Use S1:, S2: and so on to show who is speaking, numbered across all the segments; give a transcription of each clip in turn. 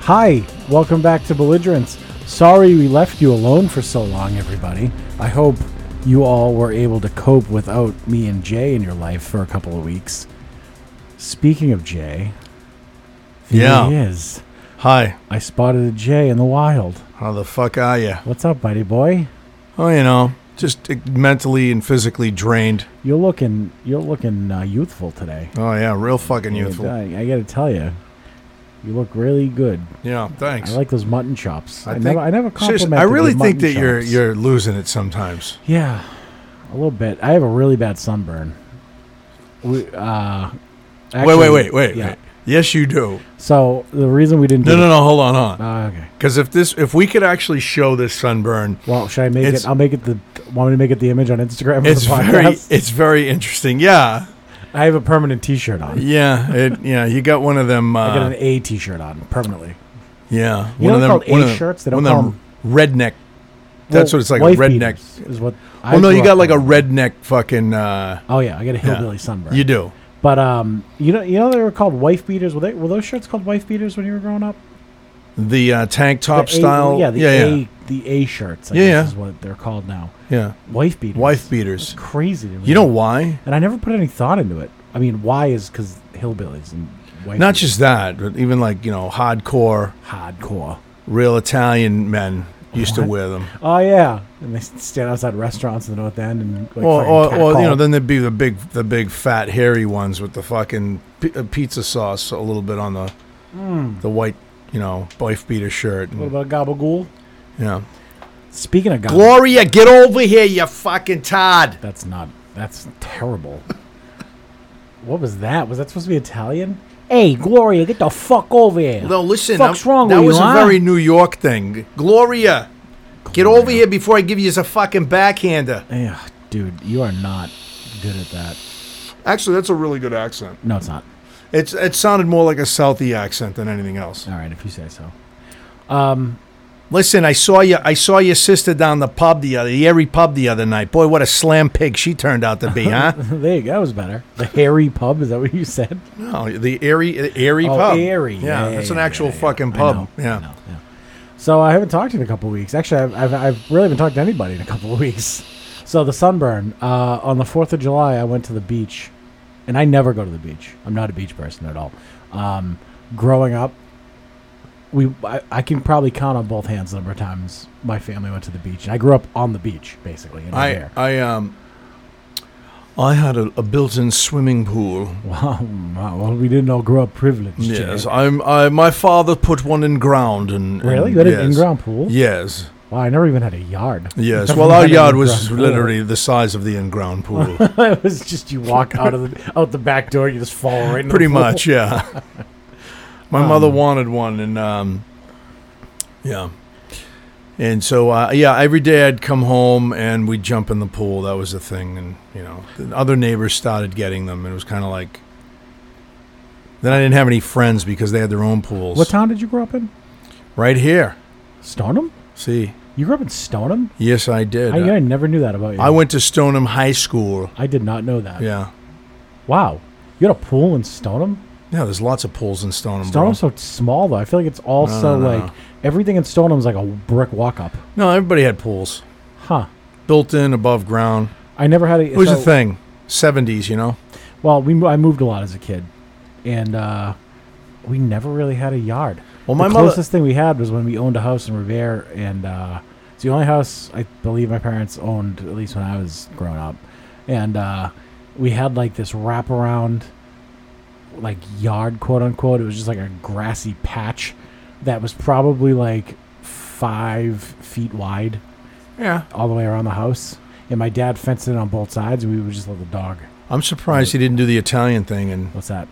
S1: Hi, welcome back to Belligerents. Sorry we left you alone for so long, everybody. I hope you all were able to cope without me and Jay in your life for a couple of weeks. Speaking of Jay, there
S2: Yeah.
S1: he is.
S2: Hi.
S1: I spotted a Jay in the wild.
S2: How the fuck are you?
S1: What's up, buddy boy?
S2: Oh, you know, just mentally and physically drained.
S1: You're looking, you're looking uh, youthful today.
S2: Oh yeah, real fucking youthful.
S1: I, I gotta tell you, you look really good.
S2: Yeah, thanks.
S1: I like those mutton chops. I,
S2: think-
S1: never, I never
S2: Seriously,
S1: complimented.
S2: I really
S1: your
S2: think that
S1: mutton
S2: you're
S1: chops.
S2: you're losing it sometimes.
S1: Yeah, a little bit. I have a really bad sunburn. We, uh,
S2: wait,
S1: actually-
S2: wait, wait, wait,
S1: yeah.
S2: wait. Yes, you do.
S1: So the reason we didn't.
S2: No,
S1: do
S2: no, no. Hold on, hold on.
S1: Uh, okay.
S2: Because if this, if we could actually show this sunburn,
S1: Well, should I make
S2: It's-
S1: it? I'll make it the. Want me to make it the image on Instagram? For
S2: it's
S1: the
S2: very,
S1: podcast?
S2: it's very interesting. Yeah,
S1: I have a permanent T-shirt on.
S2: yeah, it, yeah. You got one of them. Uh,
S1: I got an A T-shirt on permanently.
S2: yeah,
S1: You
S2: one
S1: know they're
S2: of them.
S1: called
S2: one of
S1: A
S2: them-
S1: shirts? They don't
S2: one of
S1: call
S2: them redneck. That's
S1: Well,
S2: what it's like. A
S1: wife
S2: redneck.
S1: beaters is what. I
S2: Well, no, you
S1: grew
S2: got
S1: up
S2: like a
S1: with.
S2: redneck fucking. Uh,
S1: Oh yeah, I got a hillbilly sunburn.
S2: You do.
S1: but um, you know, you know they were called wife beaters. Were they? Were those shirts called wife beaters when you were growing up?
S2: The uh, tank top
S1: The A-
S2: style.
S1: yeah, the
S2: yeah,
S1: A
S2: yeah.
S1: the A shirts. I
S2: Yeah,
S1: guess
S2: yeah.
S1: is what they're called now.
S2: yeah.
S1: Wife beaters.
S2: Wife beaters.
S1: Crazy. to me.
S2: You know why?
S1: and I never put any thought into it. I mean, why is because hillbillies and wife
S2: Not
S1: beaters.
S2: just that, but even like, you know, hardcore,
S1: hardcore.
S2: real Italian men used to wear them.
S1: Oh yeah, and they stand outside restaurants in the North End and like
S2: Or,
S1: fucking
S2: or, or uh, you know,
S1: catcall.
S2: then there'd be the big, the big fat hairy ones with the fucking p- uh, pizza sauce a little bit on the, the white, you know, wife beater shirt. And,
S1: Hmm. what about gabagool?
S2: yeah.
S1: Speaking of gabagool,
S2: Gloria, get over here, you fucking Todd.
S1: that's not that's terrible. what was that? Was that supposed to be Italian? Hey, Gloria, get the fuck over here!
S2: No, listen.
S1: Fuck's
S2: I'm-
S1: wrong
S2: that
S1: with
S2: was
S1: you,
S2: a
S1: huh?
S2: very New York thing. Gloria, get over here before I give you a fucking backhander.
S1: Ugh, dude, you are not good at that.
S2: Actually, that's a really good accent.
S1: No, it's not.
S2: It's it sounded more like a Southie accent than anything else.
S1: All right, if you say so.
S2: Listen, I saw you. I saw your sister down the pub the other, the Erie pub the other night. Boy, what a slam pig she turned out to be, huh?
S1: there you go. That was better. The hairy pub. Is that what you said?
S2: no, the Erie, the Erie
S1: Oh,
S2: pub.
S1: Erie. Yeah,
S2: Yeah, that's
S1: yeah,
S2: an
S1: yeah,
S2: actual
S1: yeah, yeah.
S2: fucking
S1: I
S2: pub.
S1: know, I
S2: yeah.
S1: know, yeah. So I haven't talked to you in a couple of weeks. Actually, I've, I've, I've really haven't talked to anybody in a couple of weeks. So the sunburn uh, on the Fourth of July, I went to the beach, and I never go to the beach. I'm not a beach person at all. Um, growing up, we I, I can probably count on both hands the number of times my family went to the beach. And I grew up on the beach, basically. In I,
S2: I
S1: there.
S2: I um. I had a, a built-in swimming pool
S1: Wow, wow. Well, we didn't all grow up privileged.
S2: Yes,
S1: Jay.
S2: I'm. I, my father put one in ground, and, and
S1: really? You had
S2: yes.
S1: an in-ground pool?
S2: Yes,
S1: Wow, I never even had a yard.
S2: yes.
S1: Never
S2: well, our
S1: had an
S2: yard was
S1: in-ground pool.
S2: literally the size of the in-ground pool,
S1: it was just you walk out of the out the back door, you just fall right. Into
S2: pretty
S1: the pool.
S2: much. Yeah. My
S1: Um,
S2: mother wanted one, and um, yeah, and so uh, yeah, every day I'd come home and we'd jump in the pool. That was the thing, and you know, the other neighbors started getting them, and it was kind of like. Then I didn't have any friends because they had their own pools.
S1: What town did you grow up in?
S2: Right here.
S1: Stoneham.
S2: See.
S1: You grew up in Stoneham.
S2: Yes, I did.
S1: I, I never knew that about you.
S2: I went to Stoneham High School.
S1: I did not know that.
S2: Yeah.
S1: Wow, you had a pool in Stoneham.
S2: Yeah, there's lots of pools in Stoneham. bro.
S1: Stoneham's so small though. I feel like it's
S2: No,
S1: also
S2: no, no,
S1: like
S2: no.
S1: everything in Stoneham's like a brick walk up.
S2: No, everybody had pools.
S1: Huh.
S2: Built in, above ground.
S1: I never had a.
S2: It was
S1: so-
S2: a thing. 70s, you know?
S1: Well, we mo- I moved a lot as a kid, and uh, we never really had a yard.
S2: Well,
S1: the
S2: my mother-
S1: closest thing we had was when we owned a house in Revere, and uh, it's the only house I believe my parents owned, at least when I was growing up. And uh, we had like this wraparound, like yard, quote unquote. It was just like a grassy patch that was probably like five feet wide
S2: Yeah.
S1: all the way around the house. And my dad fenced it on both sides, and we would just let the dog.
S2: I'm surprised he didn't do the Italian thing and
S1: What's that?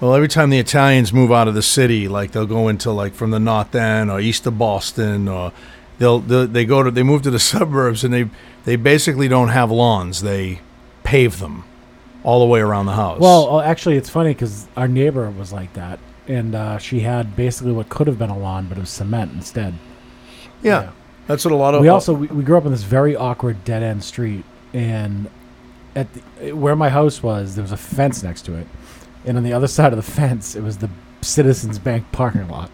S2: Well, every time the Italians move out of the city, like they'll go into like from the North End or east of Boston, or they'll they they go to they move to the suburbs and they they basically don't have lawns. They pave them all the way around the house.
S1: Well, uh, actually, it's funny because our neighbor was like that, and uh, she had basically what could have been a lawn, but it was cement instead.
S2: yeah,
S1: yeah.
S2: that's what a lot of
S1: we also we, we grew up in this very awkward dead end street, and at the, where my house was, there was a fence next to it, and on the other side of the fence, it was the Citizens Bank parking lot.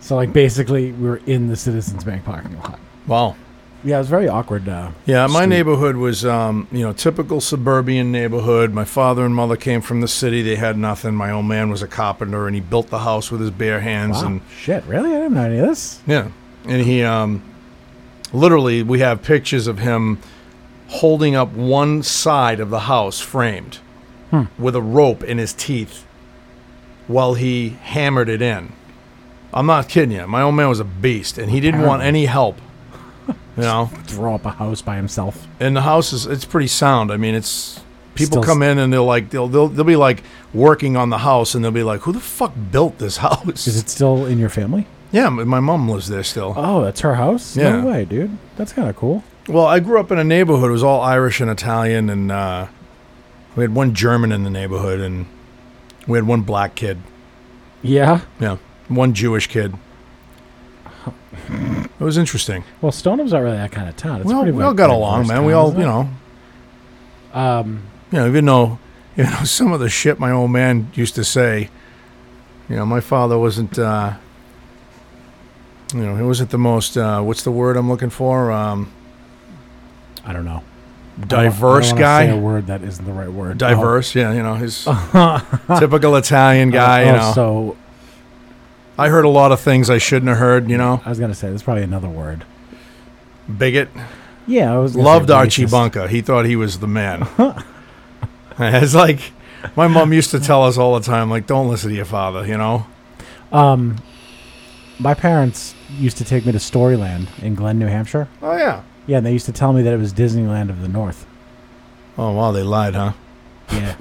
S1: So like basically, we were in the Citizens Bank parking lot.
S2: wow.
S1: Yeah, it was very awkward. Uh,
S2: Yeah, my
S1: street.
S2: neighborhood was, um, you know, typical suburban neighborhood. My father and mother came from the city; they had nothing. My old man was a carpenter, and he built the house with his bare hands.
S1: Wow,
S2: And
S1: shit! Really, I didn't know any of this.
S2: yeah, and he, um, literally, we have pictures of him holding up one side of the house framed
S1: Hmm.
S2: with a rope in his teeth while he hammered it in. I'm not kidding you. My old man was a beast, and he didn't want any help. You know.
S1: Throw up a house by himself.
S2: and the house is it's pretty sound. I mean, it's people
S1: Still-
S2: come in and they'll like they'll they'll they'll be like working on the house and they'll be like, "Who the fuck built this house?"
S1: Is it still in your family?
S2: yeah, m- my mom lives there still.
S1: Oh, that's her house.
S2: Yeah.
S1: No way, dude. That's kind of cool.
S2: well, I grew up in a neighborhood. It was all Irish and Italian, and uh, we had one German in the neighborhood, and we had one black kid.
S1: Yeah.
S2: Yeah, one Jewish kid. It was interesting.
S1: Well, Stoneham's not really that kind of town. It's
S2: we all,
S1: pretty
S2: we
S1: much
S2: all got
S1: diverse
S2: along, man.
S1: town,
S2: We all,
S1: isn't
S2: you
S1: it?
S2: know,
S1: Um,
S2: you know, even though, you know, some of the shit my old man used to say, you know, my father wasn't, uh, you know, he wasn't the most, uh, what's the word I'm looking for? Um,
S1: I don't know. I don't, I
S2: diverse
S1: don't wanna Say a
S2: guy.
S1: word that isn't the right word.
S2: Diverse, yeah, you know, his
S1: Oh.
S2: typical Italian guy, you
S1: Oh,
S2: know.
S1: So
S2: I heard a lot of things I shouldn't have heard, you know.
S1: I was gonna say there's probably another word.
S2: Bigot.
S1: Yeah, I was gonna
S2: Loved
S1: say
S2: Archie
S1: racist.
S2: Bunker. He thought he was the man. it's like, my mom used to tell us all the time, like, don't listen to your father, you know.
S1: Um, my parents used to take me to Storyland in Glen, New Hampshire.
S2: Oh, yeah.
S1: Yeah, and they used to tell me that it was Disneyland of the North.
S2: Oh, wow, they lied, huh?
S1: Yeah.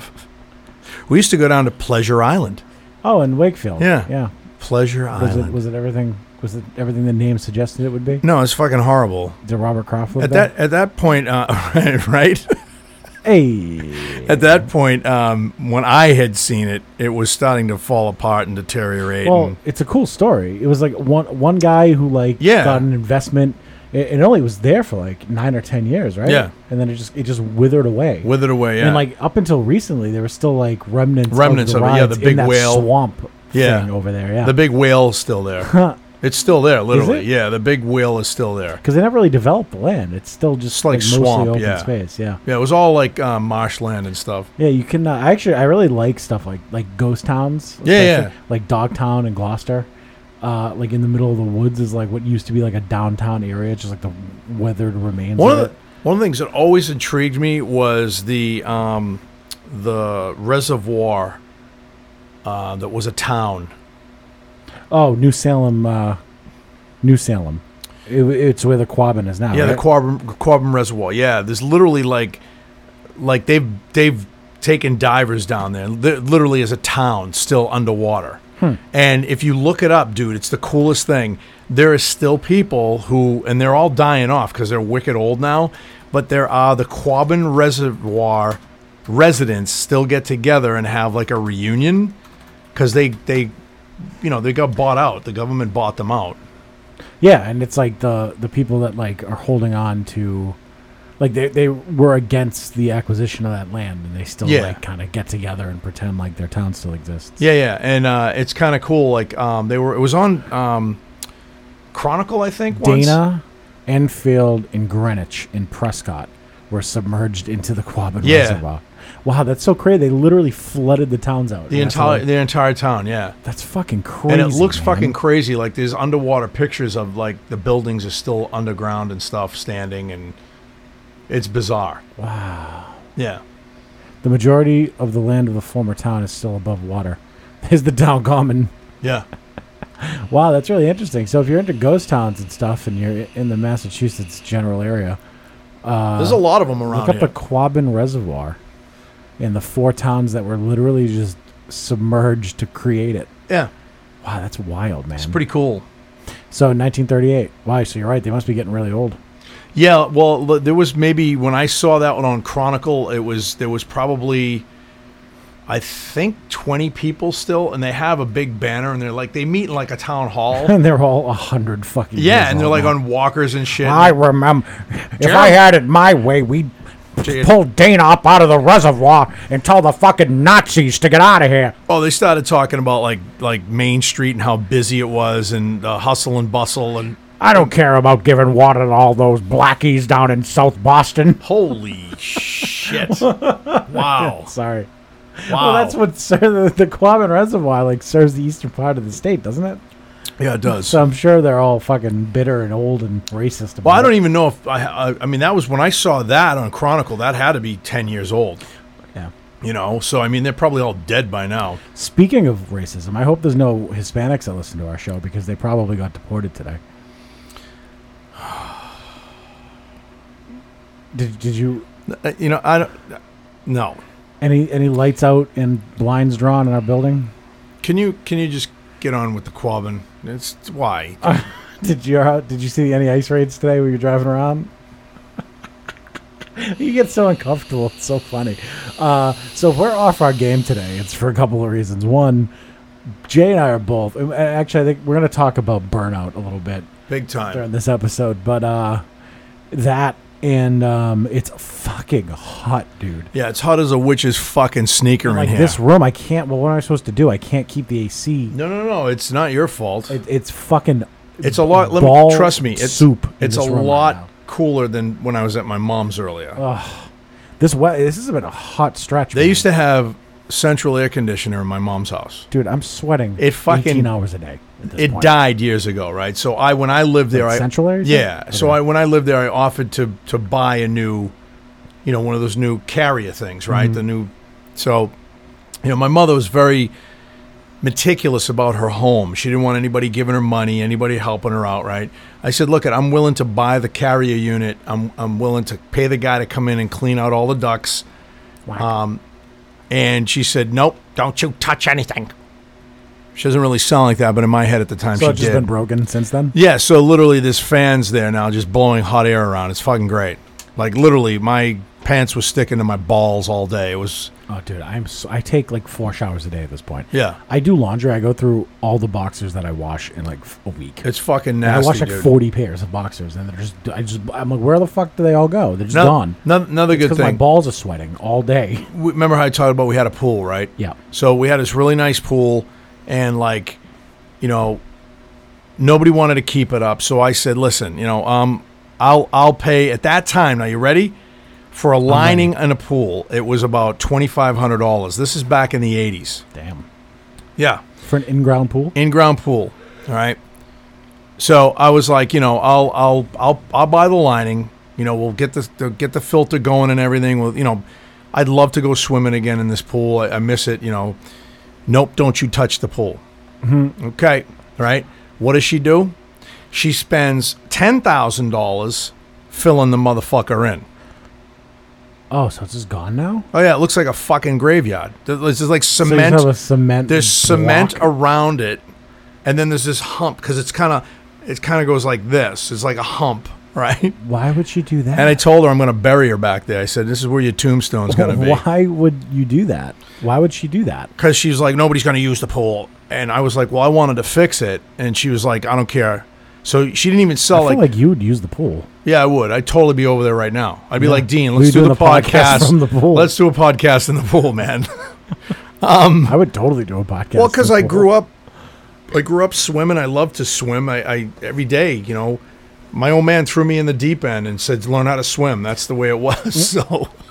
S2: We used to go down to Pleasure Island.
S1: oh, and Wakefield.
S2: Yeah.
S1: Yeah.
S2: Pleasure
S1: Was
S2: Island.
S1: it was it everything? Was it everything the name suggested it would be?
S2: no, it's fucking horrible.
S1: Did Robert Croft live
S2: At
S1: there?
S2: that at that point, uh, right, right?
S1: Hey.
S2: At that point, um, when I had seen it, it was starting to fall apart and deteriorate.
S1: Well,
S2: and,
S1: it's a cool story. It was like one one guy who like
S2: Yeah.
S1: got an investment. It, it only was there for like nine or ten years, right?
S2: Yeah.
S1: and then it just it just withered away.
S2: withered away. Yeah,
S1: And like up until recently, there were still like remnants,
S2: Remnants
S1: of,
S2: of
S1: the
S2: it, yeah,
S1: rides
S2: the big
S1: in that
S2: whale.
S1: swamp,
S2: Yeah.
S1: thing over there, yeah.
S2: the big whale's still there. it's still there, literally.
S1: it?
S2: Yeah, the big whale is still there.
S1: because they never really developed the land. It's still just
S2: It's like
S1: mostly
S2: swamp,
S1: open
S2: yeah.
S1: space. Yeah,
S2: Yeah, it was all like um, marshland and stuff.
S1: yeah. You can uh, I actually I really like stuff like like ghost towns.
S2: Yeah, yeah.
S1: especially, Like Dogtown and Gloucester, uh, like in the middle of the woods is like what used to be like a downtown area, just like the weathered remains.
S2: One
S1: of
S2: of
S1: it.
S2: the one of the things that always intrigued me was the um, the reservoir uh, that was a town.
S1: Oh, New Salem, uh, New Salem. It, it's where the Quabbin is now.
S2: Yeah,
S1: right?
S2: the Quabbin, Quabbin Reservoir. Yeah, there's literally like, like they've they've taken divers down there. There literally is a town still underwater. And if you look it up, dude, it's the coolest thing. There is still people who, and they're all dying off because they're wicked old now. But there are the Quabbin Reservoir residents still get together and have like a reunion because they they, you know, they got bought out. The government bought them out.
S1: yeah, and it's like the the people that like are holding on to, like they they were against the acquisition of that land, and they still
S2: Yeah.
S1: like kind of get together and pretend like their town still exists.
S2: Yeah, yeah, and uh, it's kind of cool. Like um, they were, it was on um, Chronicle, I think. once.
S1: Dana, Enfield, and Greenwich in Prescott were submerged into the Quabbin
S2: Yeah.
S1: Reservoir. Wow, that's so crazy! They literally flooded the towns out.
S2: the
S1: And that's
S2: entire
S1: like-
S2: the entire town, yeah.
S1: that's fucking crazy.
S2: and it looks
S1: man.
S2: fucking crazy. Like there's underwater pictures of like the buildings are still underground and stuff, standing, and it's bizarre.
S1: wow.
S2: Yeah,
S1: The majority of the land of the former town is still above water. Is the town common?
S2: yeah,
S1: Wow, that's really interesting. So if you're into ghost towns and stuff, and you're i- in the Massachusetts general area,
S2: there's a lot of them around
S1: Uh, look up
S2: here.
S1: the Quabbin Reservoir and the four towns that were literally just submerged to create it.
S2: Yeah,
S1: Wow, that's wild, man.
S2: it's pretty cool.
S1: so 1938. Wow, so you're right. They must be getting really old.
S2: Yeah, well, l- there was maybe when I saw that one on Chronicle, it was there was probably, I think, twenty people still, and they have a big banner, and they're like they meet in like a town hall.
S1: And they're all a hundred fucking. years
S2: yeah, and they're
S1: old
S2: like
S1: now.
S2: on walkers and shit.
S1: I remember. If I
S2: Jeremy-
S1: had it my way, we'd
S2: Jay-
S1: pull Dana up out of the reservoir and tell the fucking Nazis to get out of here.
S2: Oh, they started talking about like like Main Street and how busy it was, and the hustle and bustle, and
S1: I don't care about giving water to all those blackies down in South Boston.
S2: holy shit! Wow,
S1: Sorry.
S2: wow.
S1: Well, that's what ser- the, the Quabbin Reservoir like serves the eastern part of the state, doesn't it?
S2: yeah, it does.
S1: So I'm sure they're all fucking bitter and old and racist. About
S2: Well, I don't
S1: it.
S2: even know if I, I. I mean, that was when I saw that on Chronicle. That had to be ten years old.
S1: Yeah.
S2: You know, so I mean, they're probably all dead by now.
S1: Speaking of racism, I hope there's no Hispanics that listen to our show because they probably got deported today. Did, did you
S2: Uh, You know, I don't. No,
S1: any any lights out and blinds drawn in our building?
S2: can you can you just get on with the quabbin? It's why
S1: Did you uh, did you see any ice raids today when you were driving around? you get so uncomfortable. It's so funny. Uh, so if we're off our game today, it's for a couple of reasons. One, Jay and I are both. and uh, Actually, I think we're going to talk about burnout a little bit
S2: big time.
S1: during this episode, but uh, that and um, it's fucking hot, dude.
S2: Yeah, it's hot as a witch's fucking sneaker
S1: Like
S2: in here.
S1: this room, I can't. Well, what am I supposed to do? I can't keep the AC.
S2: no, no, no. It's not your fault.
S1: It, it's fucking.
S2: it's a lot. Let
S1: ball
S2: me trust me. It's
S1: soup. in
S2: It's a
S1: this room right
S2: lot
S1: now. Oh,
S2: cooler than when I was at my mom's earlier.
S1: This we- This has been a hot stretch.
S2: they used to have central air conditioner in my mom's house.
S1: Dude, I'm sweating.
S2: It fucking-
S1: 18 hours a day. at this
S2: it
S1: point.
S2: died years ago, right? So I when I lived there,
S1: Like
S2: I
S1: Central area, you
S2: Yeah.
S1: said?
S2: So
S1: Okay.
S2: I when I lived there, I offered to to buy a new, you know, one of those new carrier things,
S1: Mm-hmm.
S2: right? The new, so, you know, my mother was very meticulous about her home. She didn't want anybody giving her money, anybody helping her out, right? I said, look, I'm willing to buy the carrier unit. I'm I'm willing to pay the guy to come in and clean out all the ducts.
S1: Whack.
S2: um, And she said, nope, don't you touch anything. She doesn't really sound like that, but in my head at the time,
S1: so
S2: she
S1: it's just
S2: did.
S1: been broken since then.
S2: Yeah, so literally this fan's there now just blowing hot air around. It's fucking great. Like literally my pants was sticking to my balls all day. It was
S1: Oh, dude, I'm. So, I take like four showers a day at this point.
S2: Yeah.
S1: I do laundry. I go through all the boxers that I wash in like f- a week.
S2: it's fucking
S1: I
S2: nasty.
S1: wash like
S2: dude.
S1: 40 pairs of boxers, and they're just. I just. I'm like, where the fuck do they all go? They're just
S2: No-
S1: gone.
S2: no- another good
S1: Because my
S2: thing.
S1: balls are sweating all day.
S2: we- remember how I talked about we had a pool, right?
S1: Yeah.
S2: So we had this really nice pool, and like, you know, nobody wanted to keep it up. So I said, listen, you know, um, I'll I'll pay at that time. Now you ready? For a lining and a pool, it was about twenty five hundred dollars. This is back in the eighties.
S1: Damn.
S2: Yeah.
S1: For an in-ground pool.
S2: in ground pool. All right. So I was like, you know, I'll I'll I'll I'll buy the lining. You know, we'll get the, the get the filter going and everything. Well, you know, I'd love to go swimming again in this pool. I, I miss it. You know, nope, don't you touch the pool.
S1: Mm-hmm.
S2: Okay, right. What does she do? She spends ten thousand dollars filling the motherfucker in.
S1: Oh, so it's just gone now.
S2: Oh yeah, it looks like a fucking graveyard. Th- This is like
S1: So you just
S2: cement.
S1: have a cement.
S2: there's cement
S1: block?
S2: around it and then there's this hump because it's kind of it kind of goes like this it's like a hump right
S1: Why would she do that?
S2: and i told her i'm going to bury her back there i said this is where your tombstone's going to be
S1: Why would you do that? Why would she do that?
S2: because she's like nobody's going to use the pool and i was like well i wanted to fix it and she was like i don't care so she didn't even
S1: I
S2: sell
S1: feel
S2: like,
S1: like, you would use the pool.
S2: yeah i would i'd totally be over there right now i'd be like dean
S1: We
S2: let's do
S1: doing
S2: the
S1: a podcast
S2: podcast,
S1: from the pool."
S2: let's do a podcast in the pool man
S1: I would totally do a podcast.
S2: Hmm. Well, because I grew up, I grew up swimming. I love to swim. I, I every day, you know, my old man threw me in the deep end and said, "Learn how to swim." That's the way it was. So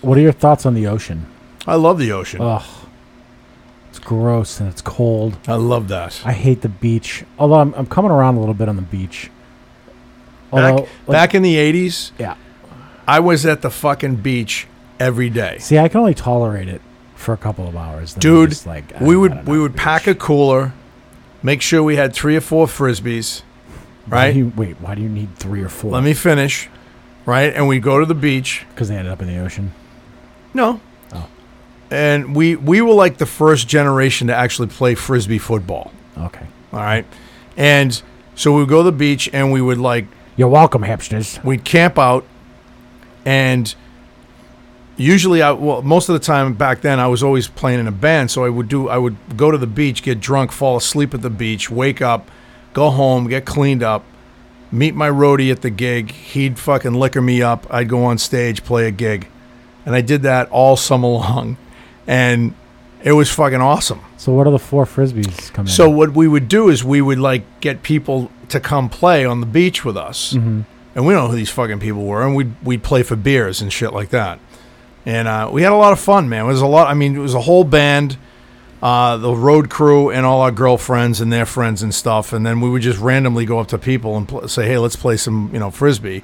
S1: What are your thoughts on the ocean?
S2: I love the ocean.
S1: Ugh, it's gross and it's cold.
S2: I love that.
S1: I hate the beach. Although I'm, I'm coming around a little bit on the beach.
S2: Back,
S1: Although, like,
S2: back in the '80s,
S1: yeah.
S2: I was at the fucking beach every day,
S1: See, I can only tolerate it for a couple of hours. Then I'm
S2: dude.
S1: just like I
S2: we
S1: don't- I don't
S2: would we
S1: know.
S2: would pack a cooler, make sure we had three or four frisbees,
S1: Why do
S2: right?
S1: you- wait, why do you need three or four?
S2: Let me finish, right? And we go to the beach.
S1: Because they ended up in the ocean.
S2: No. and we we were like the first generation to actually play frisbee football.
S1: Okay.
S2: All right, and so we would go to the beach and we would like
S1: You're welcome, hipsters.
S2: we'd camp out and usually i well most of the time back then i was always playing in a band so i would do i would go to the beach get drunk fall asleep at the beach wake up go home get cleaned up meet my roadie at the gig he'd fucking liquor me up i'd go on stage play a gig and i did that all summer long and it was fucking awesome
S1: So what are the four frisbees coming?
S2: so what we would do is we would like get people to come play on the beach with us,
S1: Mm-hmm.
S2: and we don't know who these fucking people were, and we'd we'd play for beers and shit like that, and uh, we had a lot of fun, man. It was a lot. I mean, it was a whole band, uh, the road crew, and all our girlfriends and their friends and stuff, and then we would just randomly go up to people and pl- say, "Hey, let's play some, you know, frisbee."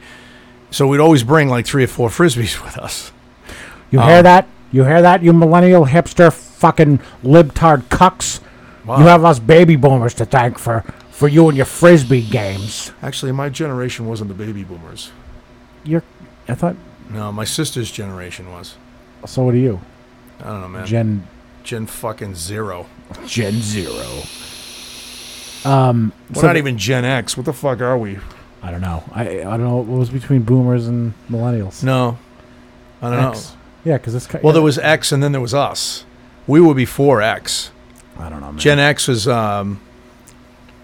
S2: So we'd always bring like three or four frisbees with us.
S1: you
S2: uh,
S1: hear that? You hear that? You millennial hipster fucking libtard cucks.
S2: Uh,
S1: You have us baby boomers to thank for for you and your frisbee games.
S2: Actually, my generation wasn't the baby boomers.
S1: You're. I thought.
S2: No, my sister's generation was.
S1: So what are you?
S2: I don't know, man.
S1: Gen
S2: Gen fucking zero.
S1: Gen Zero.
S2: We're not even Gen X. What the fuck are we?
S1: I don't know. I I don't know what was between boomers and millennials.
S2: No, I don't
S1: X.
S2: know.
S1: Yeah, because it's ki-
S2: Well, there was X, and then there was us. We were before X.
S1: I don't know. Man.
S2: Gen X was um,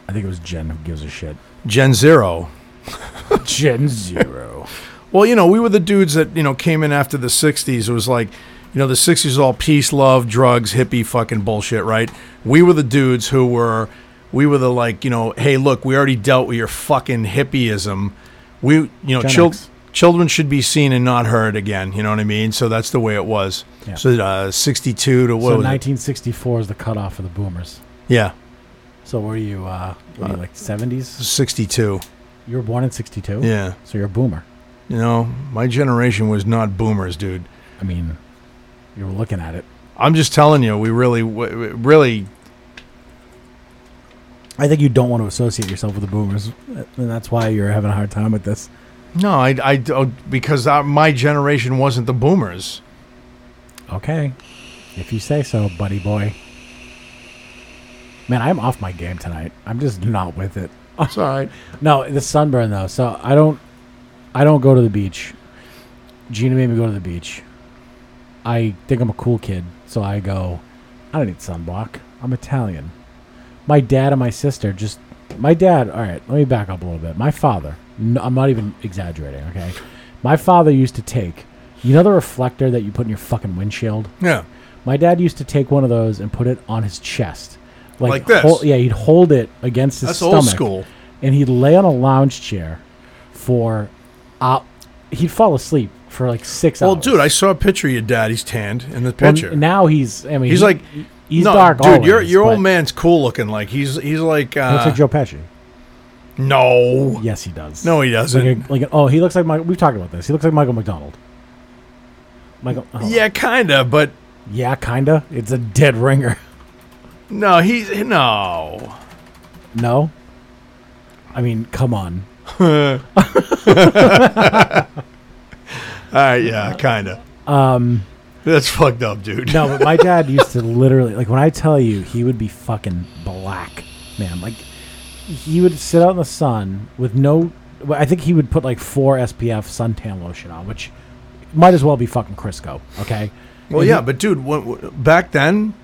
S1: I think it was Gen. Who gives a shit?
S2: Gen Zero.
S1: Gen Zero.
S2: Well, you know, we were the dudes that you know came in after the '60s. It was like, you know, the '60s was all peace, love, drugs, hippie fucking bullshit, right? We were the dudes who were, we were the like, you know, hey, look, we already dealt with your fucking hippieism. We, you know,
S1: Gen
S2: chil-
S1: X.
S2: children should be seen and not heard again. You know what I mean? So that's the way it was.
S1: Yeah.
S2: So uh, '62 to what?
S1: so
S2: was it?
S1: 1964 is the cutoff for the boomers.
S2: Yeah,
S1: So were you? Uh, were you like 70s?
S2: 62.
S1: You were born in 62.
S2: Yeah.
S1: So you're a boomer.
S2: You know, my generation was not boomers, dude.
S1: I mean, you were looking at it.
S2: I'm just telling you, we really, w- w- really,
S1: I think you don't want to associate yourself with the boomers, and that's why you're having a hard time with this.
S2: no, I, I, oh, because our, my generation wasn't the boomers.
S1: Okay, if you say so, buddy boy. Man, I'm off my game tonight. I'm just not with it.
S2: It's all right.
S1: No, the sunburn though. So I don't, I don't go to the beach. Gina made me go to the beach. I think I'm a cool kid, so I go. I don't need sunblock. I'm Italian. My dad and my sister just. My dad. All right, let me back up a little bit. My father. No, I'm not even exaggerating. Okay, my father used to take. You know the reflector that you put in your fucking windshield.
S2: Yeah.
S1: My dad used to take one of those and put it on his chest.
S2: Like this?
S1: hol- yeah, he'd hold it against his
S2: That's
S1: stomach
S2: old school.
S1: and he'd lay on a lounge chair for uh, he'd fall asleep for like six
S2: Well,
S1: hours.
S2: dude, I saw a picture of your dad. He's tanned in the
S1: Well,
S2: picture.
S1: now he's I mean
S2: He's
S1: he-
S2: like-
S1: he's
S2: no,
S1: dark
S2: dude. your
S1: always,
S2: your
S1: but
S2: old man's cool looking. Like he's he's like
S1: he looks
S2: uh,
S1: like Joe Pesci.
S2: no,
S1: Yes, he does.
S2: no, he
S1: like,
S2: doesn't.
S1: a, like a, oh, he looks like Michael. We've talked about this. He looks like Michael McDonald. Michael. oh,
S2: yeah, kinda, but
S1: yeah, kinda. It's a dead ringer.
S2: no, he's no.
S1: No, I mean, come on.
S2: All right, yeah, kinda. Um, that's fucked up, dude.
S1: No, but my dad used to literally like when I tell you he would be fucking black, man. Like he would sit out in the sun with no. well, I think he would put like four SPF suntan lotion on, which might as well be fucking Crisco. Okay.
S2: Well,
S1: And
S2: yeah, but dude, when, w- back then,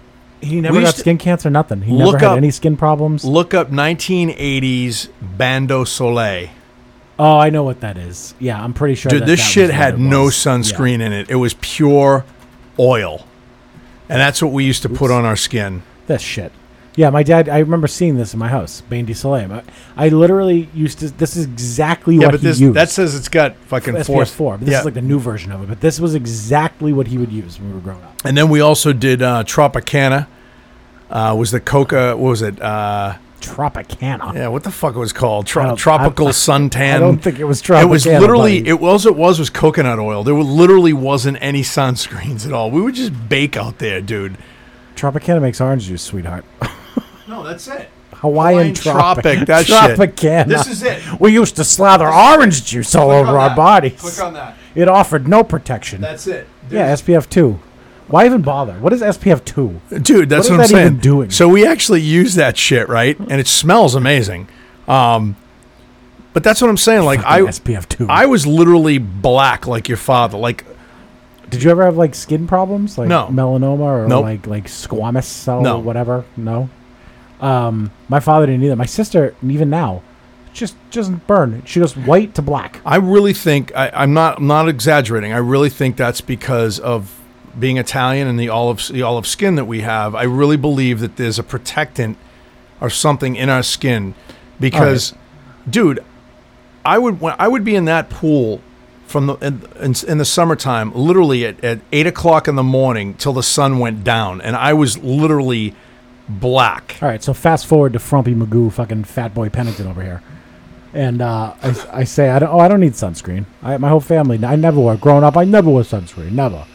S1: He, he never
S2: used
S1: got
S2: to-
S1: skin cancer, nothing. He
S2: Look
S1: never had
S2: up-
S1: any skin problems.
S2: look up 1980s Bando Soleil.
S1: Oh, I know what that is. Yeah, I'm pretty sure.
S2: Dude,
S1: that
S2: this
S1: that
S2: shit
S1: was what
S2: had
S1: it
S2: no
S1: was. Yeah.
S2: sunscreen in it. It was pure oil. And that's what we used to put on our skin.
S1: this shit. Yeah, my dad. I remember seeing this in my house, Bain de Soleil. I, I literally used to. This is exactly
S2: Yeah,
S1: what
S2: but
S1: he
S2: this
S1: used.
S2: that says it's got fucking
S1: SPF
S2: force.
S1: four. But this
S2: yeah.
S1: is like the new version of it. But this was exactly what he would use when we were growing up.
S2: and then we also did uh, Tropicana. Uh, was the coca? What was it? Uh,
S1: Tropicana.
S2: yeah, what the fuck it was called?
S1: I
S2: Tro-
S1: don't-
S2: tropical
S1: I- I-
S2: suntan.
S1: I don't think it was Tropicana.
S2: It was literally
S1: buddy.
S2: it was it was was coconut oil. There were, literally wasn't any sunscreens at all. We would just bake out there, dude.
S1: Tropicana makes orange juice, sweetheart.
S2: No, that's it.
S1: Hawaiian,
S2: Hawaiian
S1: Tropic.
S2: Tropic, that shit.
S1: Tropicana.
S2: This is it.
S1: We used to slather orange juice all over our bodies.
S2: Click on that.
S1: It offered no protection.
S2: That's it.
S1: yeah, SPF two. Why even bother? What is SPF two?
S2: dude. That's
S1: What
S2: what,
S1: is
S2: I'm
S1: that even
S2: saying.
S1: doing?
S2: So we actually use that shit, right? And it smells amazing. Um, but that's what I'm saying. Like I,
S1: SPF two.
S2: I was literally black like your father. Like
S1: Did you ever have like skin problems, like
S2: No.
S1: melanoma or
S2: Nope.
S1: like like squamous cell,
S2: No.
S1: whatever? No. Um, my father didn't either. My sister, even now, just doesn't burn. She goes white to black.
S2: I really think I, I'm not I'm not exaggerating. I really think that's because of being Italian and the olive the olive skin that we have. I really believe that there's a protectant or something in our skin because, dude, I would when I would be in that pool from the in, in, in the summertime, literally at, at eight o'clock in the morning till the sun went down, and I was literally black.
S1: All right, so fast forward to Frumpy Magoo, fucking Fat Boy Pennington over here, and uh, I, I say, I don't, oh, I don't need sunscreen. I, my whole family, I never wore. Growing up, I never wore sunscreen, never.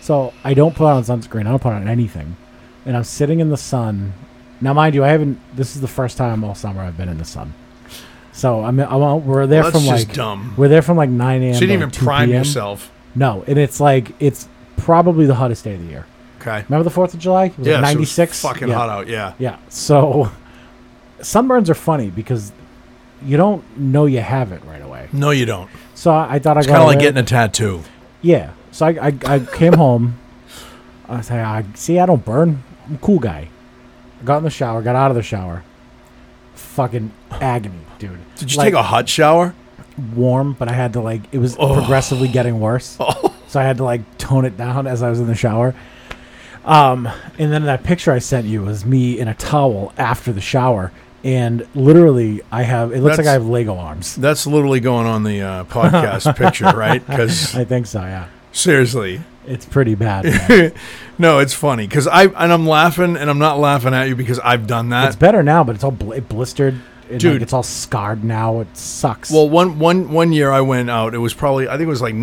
S1: So I don't put on sunscreen. I don't put on anything, and I'm sitting in the sun. Now, mind you, I haven't. This is the first time all summer I've been in the sun. So I'm, I'm out- we're there
S2: Well, that's
S1: from
S2: just
S1: like
S2: dumb.
S1: we're there from like 9 a.m.
S2: So
S1: to
S2: you didn't even
S1: like 2
S2: prime
S1: p.m.
S2: yourself.
S1: No, and it's like it's probably the hottest day of the year.
S2: Okay.
S1: Remember the Fourth of July? It was
S2: Yeah, so it was
S1: ninety six.
S2: fucking hot out. Yeah.
S1: Yeah. So sunburns are funny because you don't know you have it right away.
S2: No, you don't.
S1: So I, I thought I
S2: It's
S1: got
S2: kind of
S1: away-
S2: like getting a tattoo.
S1: yeah. So I I, I came home. I say I see I don't burn. I'm a cool guy. I got in the shower. Got out of the shower. Fucking agony, dude.
S2: Did you
S1: Like,
S2: take Oh. a hot shower?
S1: warm? But I had to like it was progressively getting worse.
S2: Oh.
S1: So I had to like tone it down as I was in the shower. Um, and then that picture I sent you was me in a towel after the shower, and literally I have it looks like
S2: That's-
S1: I have Lego arms.
S2: That's literally going on the uh, podcast picture, right? Because
S1: I think so. Yeah,
S2: seriously,
S1: it's pretty bad. man.
S2: no, it's funny because I and I'm laughing and I'm not laughing at you because I've done
S1: it's
S2: that.
S1: better now, but it's all bl- it blistered. And Dude,
S2: Dude.
S1: it's all scarred now. It sucks.
S2: Well, one one one year I went out. It was probably I think it was like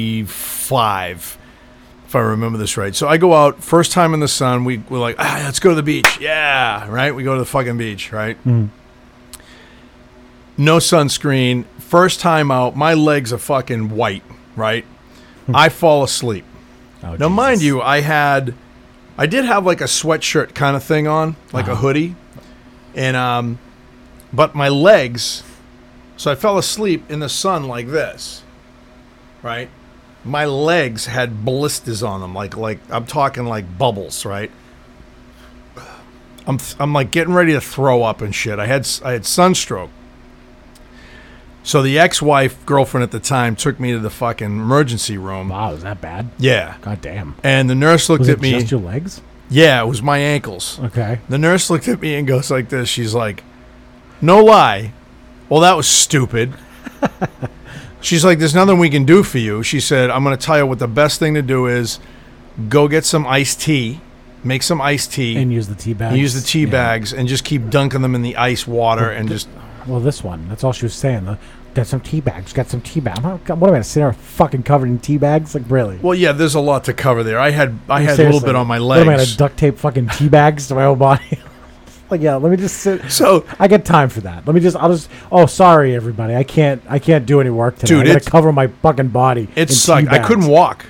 S2: 1985, if I remember this right. So I go out first time in the sun. We we're like, ah, let's go to the beach. Yeah, right. We go to the fucking beach, right? No sunscreen. First time out, my legs are fucking white. Right. I fall asleep.
S1: oh,
S2: Now,
S1: Jesus.
S2: mind you, I had, I did have like a sweatshirt kind of thing on, like
S1: Uh-huh.
S2: a hoodie, and um, but my legs, so I fell asleep in the sun like this, right? My legs had blisters on them, like like I'm talking like bubbles, right? I'm th- I'm like getting ready to throw up and shit. I had s- I had sunstroke. So the ex-wife girlfriend at the time took me to the fucking emergency room.
S1: wow, is that bad?
S2: Yeah.
S1: God damn.
S2: And the nurse looked
S1: Was
S2: at
S1: it
S2: me.
S1: just your legs?
S2: yeah, it was my ankles.
S1: Okay.
S2: The nurse looked at me and goes like this. She's like, "No lie. Well, that was stupid." She's like, "There's nothing we can do for you." She said, "I'm going to tell you what the best thing to do is. Go get some iced tea, make some iced tea,
S1: And use the tea bags.
S2: and use the tea
S1: Yeah.
S2: bags, and just keep dunking them in the ice water, and just
S1: Well, this one. That's all she was saying. The, get some tea bags. Get some tea bags. I'm not, what am I gonna sit there fucking covered in tea bags? Like really?
S2: well, yeah. There's a lot to cover there. I had I had a little
S1: Seriously.
S2: bit on my
S1: What am I gonna
S2: legs.
S1: duct tape fucking tea bags to my whole body? like yeah, let me just sit.
S2: So
S1: I get time for that. Let me just. I'll just. Oh, sorry, everybody. I can't. I can't do any work today.
S2: Dude,
S1: I gotta
S2: it's-
S1: cover my fucking body. in
S2: it
S1: tea
S2: sucked. I
S1: bags.
S2: couldn't walk.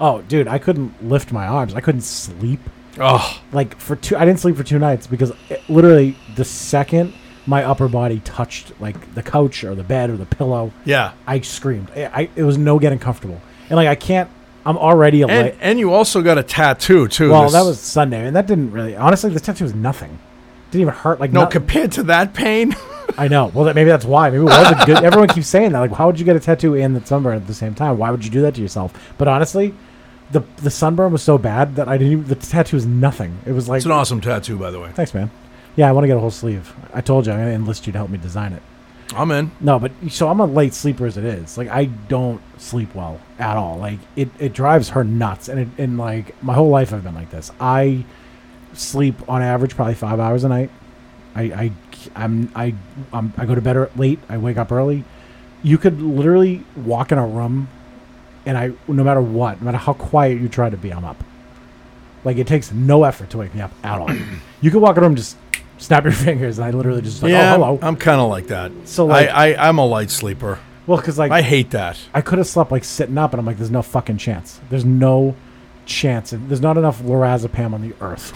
S1: Oh, dude, I couldn't lift my arms. I couldn't sleep.
S2: Oh,
S1: Like for two. I didn't sleep for two nights because it, literally the second my upper body touched like the couch or the bed or the pillow,
S2: yeah.
S1: I screamed. I, I it was no getting comfortable, and like I can't. I'm already a
S2: And,
S1: late.
S2: and you also got a tattoo too.
S1: Well,
S2: This-
S1: that was Sunday, and that didn't really. Honestly, the tattoo was nothing. Didn't even hurt. Like
S2: no
S1: not-
S2: compared to that pain.
S1: I know. Well, that, maybe that's why. Maybe it was a good. Everyone keeps saying that. Like, how would you get a tattoo and the sunburn at the same time? Why would you do that to yourself? But honestly, the the sunburn was so bad that I didn't. Even, the tattoo was nothing. It was like
S2: It's an awesome tattoo, by the way.
S1: thanks, man. Yeah, I want to get a whole sleeve. I told you I'm gonna enlist you to help me design it.
S2: I'm in.
S1: No, but so I'm a late sleeper as it is. Like I don't sleep well at all. Like it, it drives her nuts, and it, and like my whole life I've been like this. I sleep on average probably five hours a night. I, I I'm I I'm, I go to bed er- late. I wake up early. You could literally walk in a room, and I no matter what, no matter how quiet you try to be, I'm up. Like it takes no effort to wake me up at all. you could walk in a room just snap your fingers, and I literally just like
S2: yeah,
S1: oh hello.
S2: I'm kind of like that.
S1: So,
S2: So
S1: like-
S2: I, I, I'm a light sleeper.
S1: well, because like
S2: I hate that.
S1: I could have slept like sitting up, and I'm like, there's no fucking chance. There's no chance. There's not enough lorazepam on the earth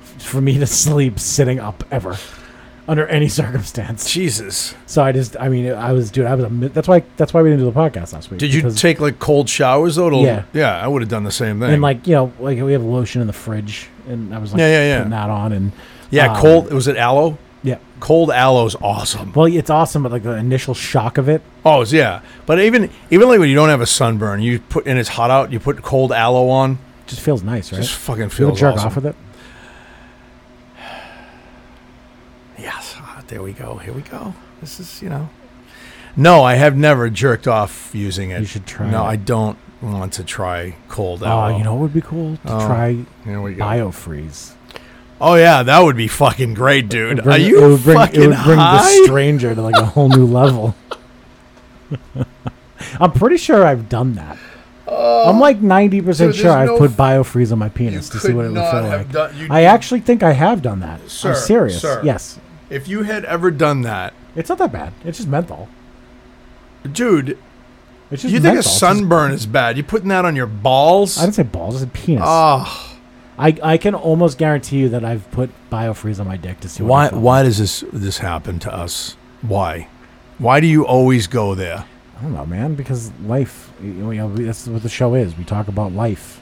S1: for me to sleep sitting up ever, under any circumstance.
S2: Jesus.
S1: So I just, I mean, I was, dude, I was a. mi- That's why, that's why we didn't do the podcast last week.
S2: Did you
S1: because-
S2: take like cold showers though? to-
S1: Yeah.
S2: Yeah, I would have done the same thing.
S1: And like, you know, like we have lotion in the fridge, and I was like,
S2: Yeah, yeah, yeah.
S1: putting that on, and
S2: yeah,
S1: um,
S2: cold. Was it aloe?
S1: yeah.
S2: Cold aloe's awesome.
S1: Well, it's awesome, but like the initial shock of it,
S2: Oh it's- yeah, but even even like when you don't have a sunburn, you put and it's hot out, you put cold aloe on,
S1: just feels nice, right?
S2: just fucking
S1: you ever
S2: feels
S1: jerk
S2: awesome.
S1: off with it?
S2: Yes, ah, there we go. Here we go. This is you know. No, I have never jerked off using it.
S1: You should try
S2: No,
S1: it.
S2: I don't want to try cold
S1: Oh,
S2: aloe.
S1: you know what would be cool to
S2: Oh.
S1: try
S2: Here we go.
S1: biofreeze.
S2: oh yeah, that would be fucking great, dude.
S1: It would bring-
S2: Are
S1: it
S2: you
S1: would bring,
S2: fucking
S1: It would bring
S2: high?
S1: the stranger to like a whole new level. I'm pretty sure I've done that. I'm like 90 percent
S2: Dude,
S1: sure
S2: Oh, there's
S1: I've
S2: no
S1: put
S2: f-
S1: biofreeze on my
S2: You
S1: penis to see
S2: could
S1: what it would
S2: not
S1: feel
S2: have
S1: like.
S2: done- you-
S1: I actually think I have done that.
S2: Sir,
S1: I'm serious.
S2: sir.
S1: Yes,
S2: If you had ever done that,
S1: it's not that bad. It's just menthol.
S2: dude,
S1: It's just
S2: you think
S1: menthol.
S2: a
S1: It's just-
S2: sunburn is bad? You putting that on your balls?
S1: I didn't say balls. I said penis.
S2: Ah,
S1: I, I can almost guarantee you that I've put biofreeze on my dick to see what
S2: why?
S1: it felt
S2: Why does this this happen to us? Why? Why do you always go there?
S1: I don't know, man, because life, you know, you know, that's what the show is. We talk about life.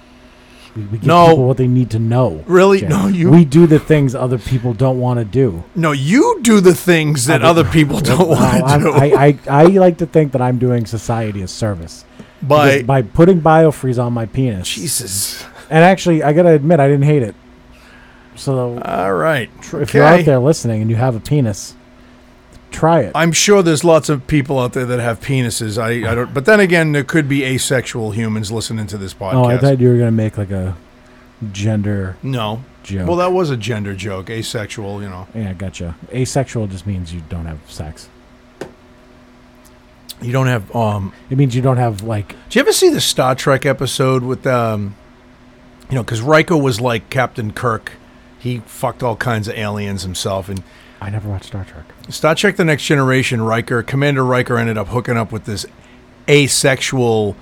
S1: We, we give
S2: No.
S1: people what they need to know.
S2: Really?
S1: Jay.
S2: No, you-
S1: We do the things other people don't want to do.
S2: No, you do the things that other people don't want to
S1: I'm-
S2: do.
S1: I, I, I like to think that I'm doing society a service Because
S2: by
S1: by putting biofreeze on my penis.
S2: Jesus.
S1: And actually, I gotta admit, I didn't hate it. So
S2: All right.
S1: tr- if you're
S2: okay.
S1: out there listening and you have a penis, try it.
S2: I'm sure there's lots of people out there that have penises. I, I don't. But then again, there could be asexual humans listening to this
S1: oh, I
S2: podcast.
S1: thought you were gonna make like a gender
S2: no.
S1: joke.
S2: Well, that was a gender joke. Asexual, you know.
S1: Yeah, gotcha. Asexual just means you don't have sex.
S2: You don't have. Um.
S1: It means you don't have like
S2: Do you ever see the Star Trek episode with um, you know, because Riker was like Captain Kirk. He fucked all kinds of aliens himself, and
S1: I never watched Star Trek.
S2: Star Trek: The Next Generation, Riker, Commander Riker, ended up hooking up with this asexual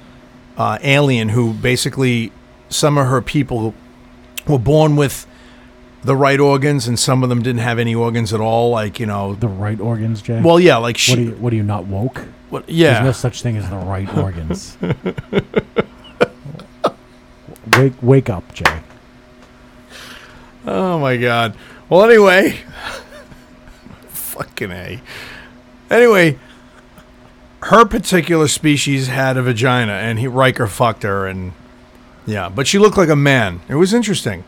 S2: uh, alien who basically some of her people were born with the right organs, and some of them didn't have any organs at all. Like you know,
S1: The right organs, Jay.
S2: well, yeah, like she,
S1: what are you? What are you not woke?
S2: what-
S1: There's no
S2: yeah,
S1: such thing as the right organs. wake, wake up, Jay.
S2: oh my god. Well, anyway, fucking a. Anyway, her particular species had a vagina, and he Riker fucked her, and yeah, but she looked like a man. It was interesting.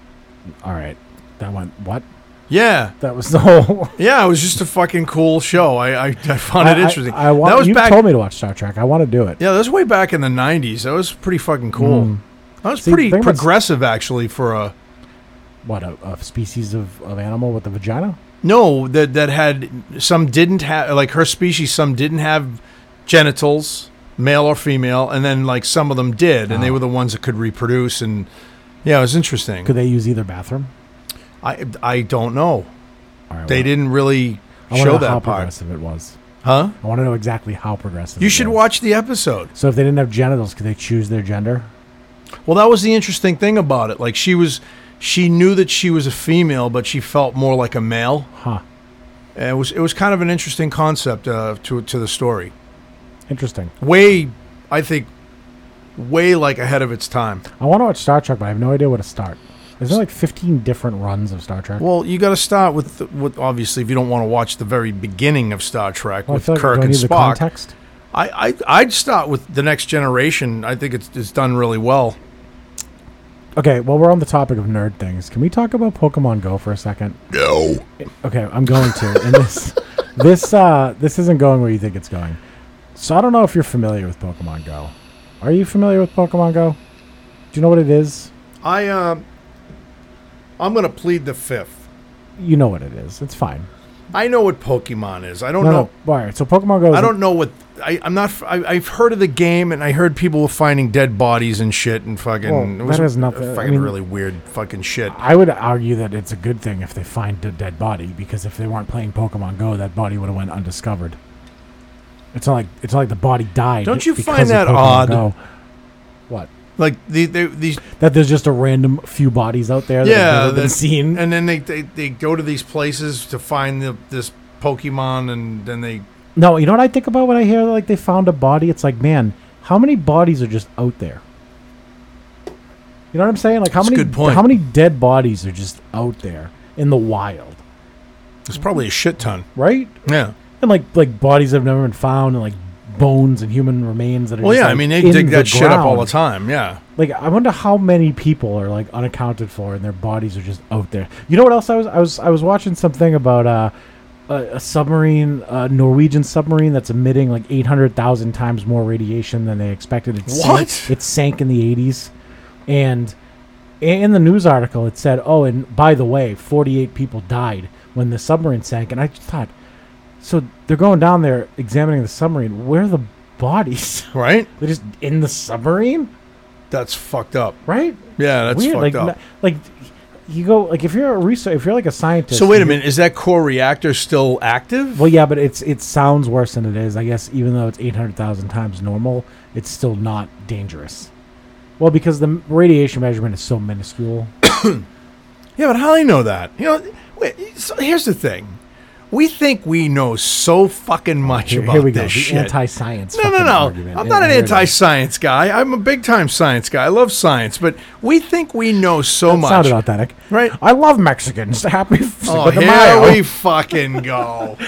S1: All right, that went. What?
S2: Yeah,
S1: That was the whole.
S2: yeah, it was just a fucking cool show. I I, I found it
S1: I-
S2: interesting.
S1: I, I, want.
S2: that was
S1: you
S2: back.
S1: told me to watch Star Trek. I want to do it.
S2: yeah, that was way back in the '90s. That was pretty fucking cool. That
S1: Mm.
S2: was
S1: See,
S2: pretty
S1: the thing about-
S2: progressive, actually, for a
S1: What a, a species of, of animal with a vagina?
S2: no that that had some didn't have like her species. Some didn't have genitals, male or female, and then like some of them did, and they
S1: Oh.
S2: were the ones that could reproduce. And yeah, it was interesting.
S1: Could they use either bathroom?
S2: I I don't know.
S1: All right,
S2: They
S1: well,
S2: didn't really
S1: I wanna
S2: show
S1: know how
S2: that part,
S1: progressive it was.
S2: huh?
S1: I want to know exactly how progressive.
S2: You
S1: it
S2: should
S1: was.
S2: watch the episode.
S1: So if they didn't have genitals, could they choose their gender?
S2: Well, that was the interesting thing about it. Like she was, she knew that she was a female, but she felt more like a male.
S1: Huh.
S2: And it was it was kind of an interesting concept uh, to to the story.
S1: Interesting.
S2: Way, I think, way like ahead of its time.
S1: I want to watch Star Trek, but I have no idea where to start. There's like 15 different runs of Star Trek.
S2: Well, you got to start with the- with obviously if you don't want to watch the very beginning of Star Trek
S1: Well,
S2: with
S1: I feel like
S2: Kirk
S1: do I
S2: and
S1: need the
S2: Spock.
S1: context?
S2: I, I I'd start with the Next Generation. I think it's it's done really well.
S1: Okay, well, we're on the topic of nerd things. Can we talk about Pokemon Go for a second?
S2: No.
S1: Okay, I'm going to. And this, this, uh, this isn't going where you think it's going. So I don't know if you're familiar with Pokemon Go. Are you familiar with Pokemon Go? Do you know what it is?
S2: I um, I'm gonna plead the fifth.
S1: You know what it is. It's fine.
S2: I know what Pokemon is. I don't
S1: No,
S2: know.
S1: no. All right. So Pokemon Go. Is
S2: Oh, I
S1: a-
S2: don't know what I, I'm not. f- I, have heard of the game, and I heard people were finding dead bodies and shit, and fucking.
S1: Well,
S2: it was
S1: that is
S2: a-
S1: nothing-
S2: a
S1: I
S2: Fucking
S1: mean-
S2: really weird fucking shit.
S1: I would argue that it's a good thing if they find a dead body because if they weren't playing Pokemon Go, that body would have went undiscovered. It's not like it's not like the body died.
S2: Don't you
S1: because
S2: find
S1: of
S2: that
S1: Pokemon
S2: odd?
S1: Go. What?
S2: Like the, they, these,
S1: That there's just a random few bodies out there that
S2: yeah,
S1: have never been
S2: that-
S1: seen.
S2: and then they, they they go to these places to find the, this Pokemon, and then they
S1: no, you know what I think about when I hear like they found a body? It's like, man, how many bodies are just out there? You know what I'm saying? Like how
S2: That's a
S1: many
S2: good point.
S1: how many dead bodies are just out there in the wild,
S2: it's probably a shit ton.
S1: right?
S2: Yeah.
S1: And like like bodies that have never been found and like bones and human remains that are
S2: Well,
S1: just,
S2: yeah. I
S1: like,
S2: mean, they
S1: in
S2: dig
S1: the
S2: that shit up all
S1: ground.
S2: the time. Yeah.
S1: Like, I wonder how many people are like unaccounted for, and their bodies are just out there. You know what else? I was I was I was watching something about uh, a, a submarine, a Norwegian submarine that's emitting like eight hundred thousand times more radiation than they expected. It
S2: What?
S1: Sank, it sank in the eighties, and in the news article it said, "Oh, and by the way, forty-eight people died when the submarine sank." And I just thought, so they're going down there examining the submarine. Where are the bodies?
S2: Right.
S1: they're just in the submarine,
S2: That's fucked up.
S1: right?
S2: Yeah, that's
S1: weird.
S2: fucked
S1: Like,
S2: up.
S1: n- like you go like if you're a research, if you're like a scientist.
S2: so wait a
S1: you-
S2: minute, is that core reactor still active?
S1: Well, yeah, but it's it sounds worse than it is. I guess even though it's eight hundred thousand times normal, it's still not dangerous. Well, because the m- radiation measurement is so minuscule.
S2: Yeah, but how do they know that? You know, wait, so here's the thing. We think we know so fucking much
S1: Here,
S2: about
S1: here we
S2: this
S1: go. The
S2: shit.
S1: anti-science.
S2: no, no,
S1: fucking
S2: no.
S1: argument.
S2: I'm
S1: Yeah,
S2: not an
S1: here it is.
S2: anti-science guy. I'm a big-time science guy. I love science, but we think we know so much.
S1: Sound about that,
S2: Right.
S1: I love Mexicans. Happy Cinco
S2: Oh,
S1: de
S2: here
S1: Mayo.
S2: we fucking go.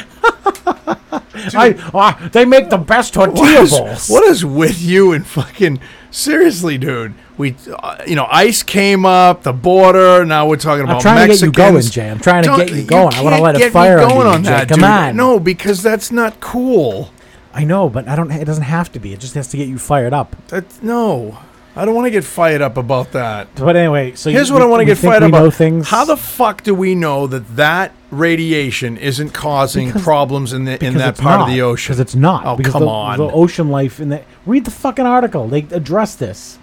S1: I, ah, they make the best
S2: What
S1: tortilla
S2: is,
S1: balls.
S2: what is with you and fucking seriously, dude? We, uh, you know, ice came up the border. Now we're talking about
S1: trying to get you
S2: Mexicans.
S1: going, Jay. I'm trying to
S2: Don't-
S1: get you going. I wanna
S2: can't
S1: light a
S2: get me
S1: fire under you, Jay. Come
S2: dude.
S1: on.
S2: no, because that's not cool.
S1: I know, but I don't. It doesn't have to be. It just has to get you fired up.
S2: That's no. I don't want to get fired up about that.
S1: But anyway, so
S2: Here's
S1: you,
S2: what I
S1: we-
S2: want to
S1: we
S2: get
S1: think
S2: fired
S1: we
S2: up
S1: know
S2: about.
S1: Things
S2: How the fuck do we know that that radiation isn't causing
S1: Because-
S2: problems in the in
S1: Because
S2: that
S1: it's
S2: part
S1: not,
S2: of the ocean?
S1: Because it's not.
S2: Oh,
S1: because
S2: come
S1: the,
S2: on.
S1: The ocean life in the read the fucking article. They address this.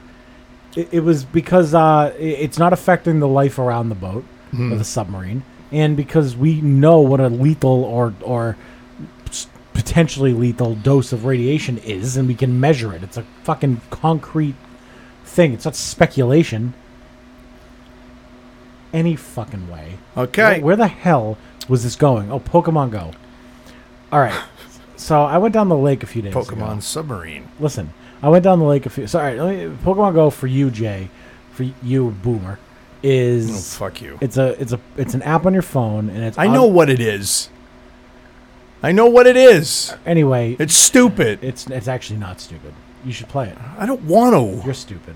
S1: It, it was because uh, i- it's not affecting the life around the boat
S2: Mm-hmm.
S1: or the submarine, and because we know what a lethal or or s- potentially lethal dose of radiation is, and we can measure it. It's a fucking concrete thing. It's not speculation. Any fucking way.
S2: okay.
S1: Where, where the hell was this going? Oh, Pokemon Go. All right. so I went down the lake a few days ago.
S2: Pokemon submarine.
S1: Listen, I went down the lake a few. Sorry, let me, Pokemon Go for you, Jay, for you, Boomer,
S2: Oh
S1: is
S2: fuck you.
S1: it's a it's a it's an app on your phone, and it's
S2: I
S1: on-
S2: know what it is. I know what it is.
S1: Anyway,
S2: It's stupid.
S1: it's it's actually not stupid. You should play it.
S2: I don't want to.
S1: You're stupid.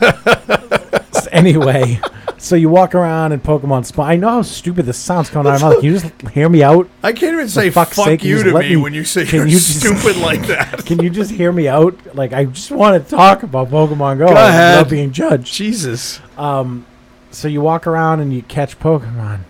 S1: So anyway, so you walk around in Pokemon spawn. I know how stupid this sounds coming out of my mouth. Can you just hear me out?
S2: I can't even say fuck
S1: fuck's sake,
S2: you
S1: just
S2: to
S1: let
S2: me
S1: me-
S2: when you say
S1: can
S2: you're
S1: you just-
S2: stupid like that.
S1: Can you just hear me out? Like I just want to talk about Pokemon Go.
S2: ahead.
S1: without being judged.
S2: Jesus.
S1: So you walk around and you catch Pokemon,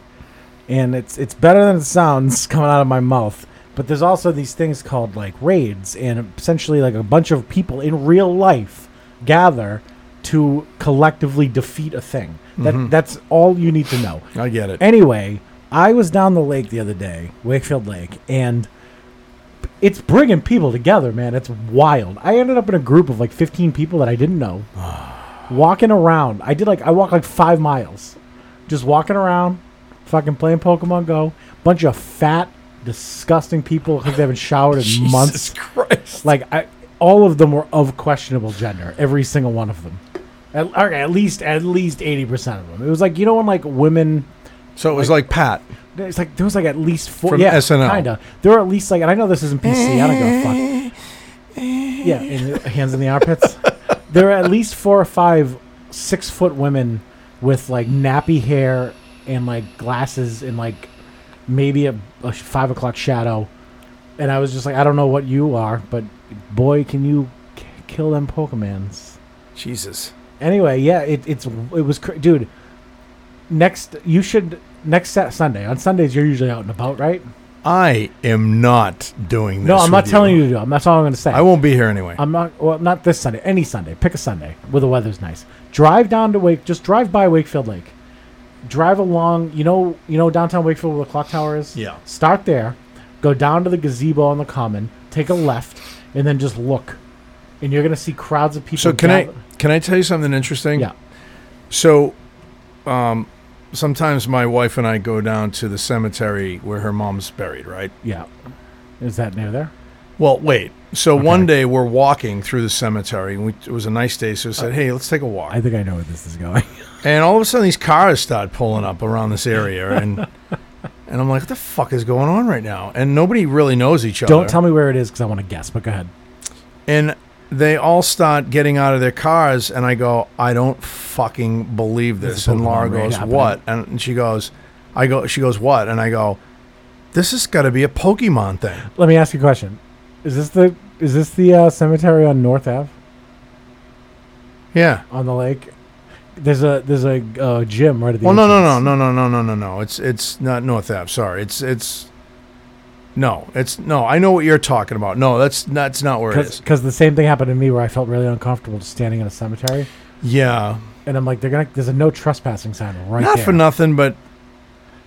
S1: and it's it's better than it sounds coming out of my mouth. But there's also these things called like raids, and essentially like a bunch of people in real life gather to collectively defeat a thing. That that's Mm-hmm. all you need to know.
S2: I get it.
S1: Anyway, I was down the lake the other day, Wakefield Lake, and it's bringing people together, man. It's wild. I ended up in a group of like 15 people that I didn't know, walking around. I did like I walked like five miles, just walking around, fucking playing Pokemon Go. Bunch of fat, disgusting people because they haven't showered in
S2: Jesus
S1: months.
S2: Christ.
S1: Like I, all of them were of questionable gender. Every single one of them. At, okay, at least at least 80% of them. It was like you know when like women.
S2: So it was like Pat.
S1: It's like there was like at least four.
S2: From
S1: yeah,
S2: SNL.
S1: Kinda. There were at least like, and I know this isn't PC. I don't give a fuck. Yeah, in the, hands in the armpits. there were at least four or five six foot women with like nappy hair and like glasses and like maybe a, a sh- five o'clock shadow. And I was just like, I don't know what you are, but boy, can you k- kill them Pokemans.
S2: Jesus.
S1: Anyway, yeah, it, it's it was cr- dude. Next, you should next Sat- Sunday. On Sundays, you're usually out and about, right?
S2: I am not doing this.
S1: No, I'm
S2: with
S1: not telling you to do. it. That's all I'm going to say.
S2: I won't be here anyway.
S1: I'm not. Well, not this Sunday. Any Sunday. Pick a Sunday where the weather's nice. Drive down to Wake. Just drive by Wakefield Lake. Drive along. You know. You know downtown Wakefield where the clock tower is.
S2: Yeah.
S1: Start there. Go down to the gazebo on the common. Take a left, and then just look. and you're gonna see crowds of people.
S2: So can
S1: gather-
S2: I can I tell you something interesting?
S1: Yeah.
S2: So, um, sometimes my wife and I go down to the cemetery where her mom's buried, right?
S1: Yeah. Is that near there?
S2: Well, wait. So
S1: Okay.
S2: one day we're walking through the cemetery, and we, it was a nice day. So I said, "Hey, let's take a walk."
S1: I think I know where this is going.
S2: and all of a sudden, these cars start pulling up around this area, and and I'm like, "What the fuck is going on right now?" And nobody really knows each other.
S1: Don't tell me where it is because I want to guess. But go ahead.
S2: And they all start getting out of their cars, and I go, I don't fucking believe
S1: This is
S2: this. And
S1: Pokemon
S2: Laura
S1: raid
S2: goes,
S1: happening.
S2: What? And she goes, I go, she goes, What? And I go, This has got to be a Pokemon thing.
S1: Let me ask you a question. Is this the is this the uh, cemetery on North Ave
S2: Yeah.
S1: on the lake? There's a there's a uh, gym right at the.
S2: Well, Oh, no, no, no,
S1: entrance.
S2: no, no, no, no, no, no. It's it's not North Ave. Sorry, it's it's no, it's no. I know what you're talking about. No, that's that's not where it is.
S1: Because the same thing happened to me where I felt really uncomfortable just standing in a cemetery,
S2: Yeah,
S1: and I'm like, they're gonna. There's a no trespassing sign right
S2: not
S1: there.
S2: for nothing, but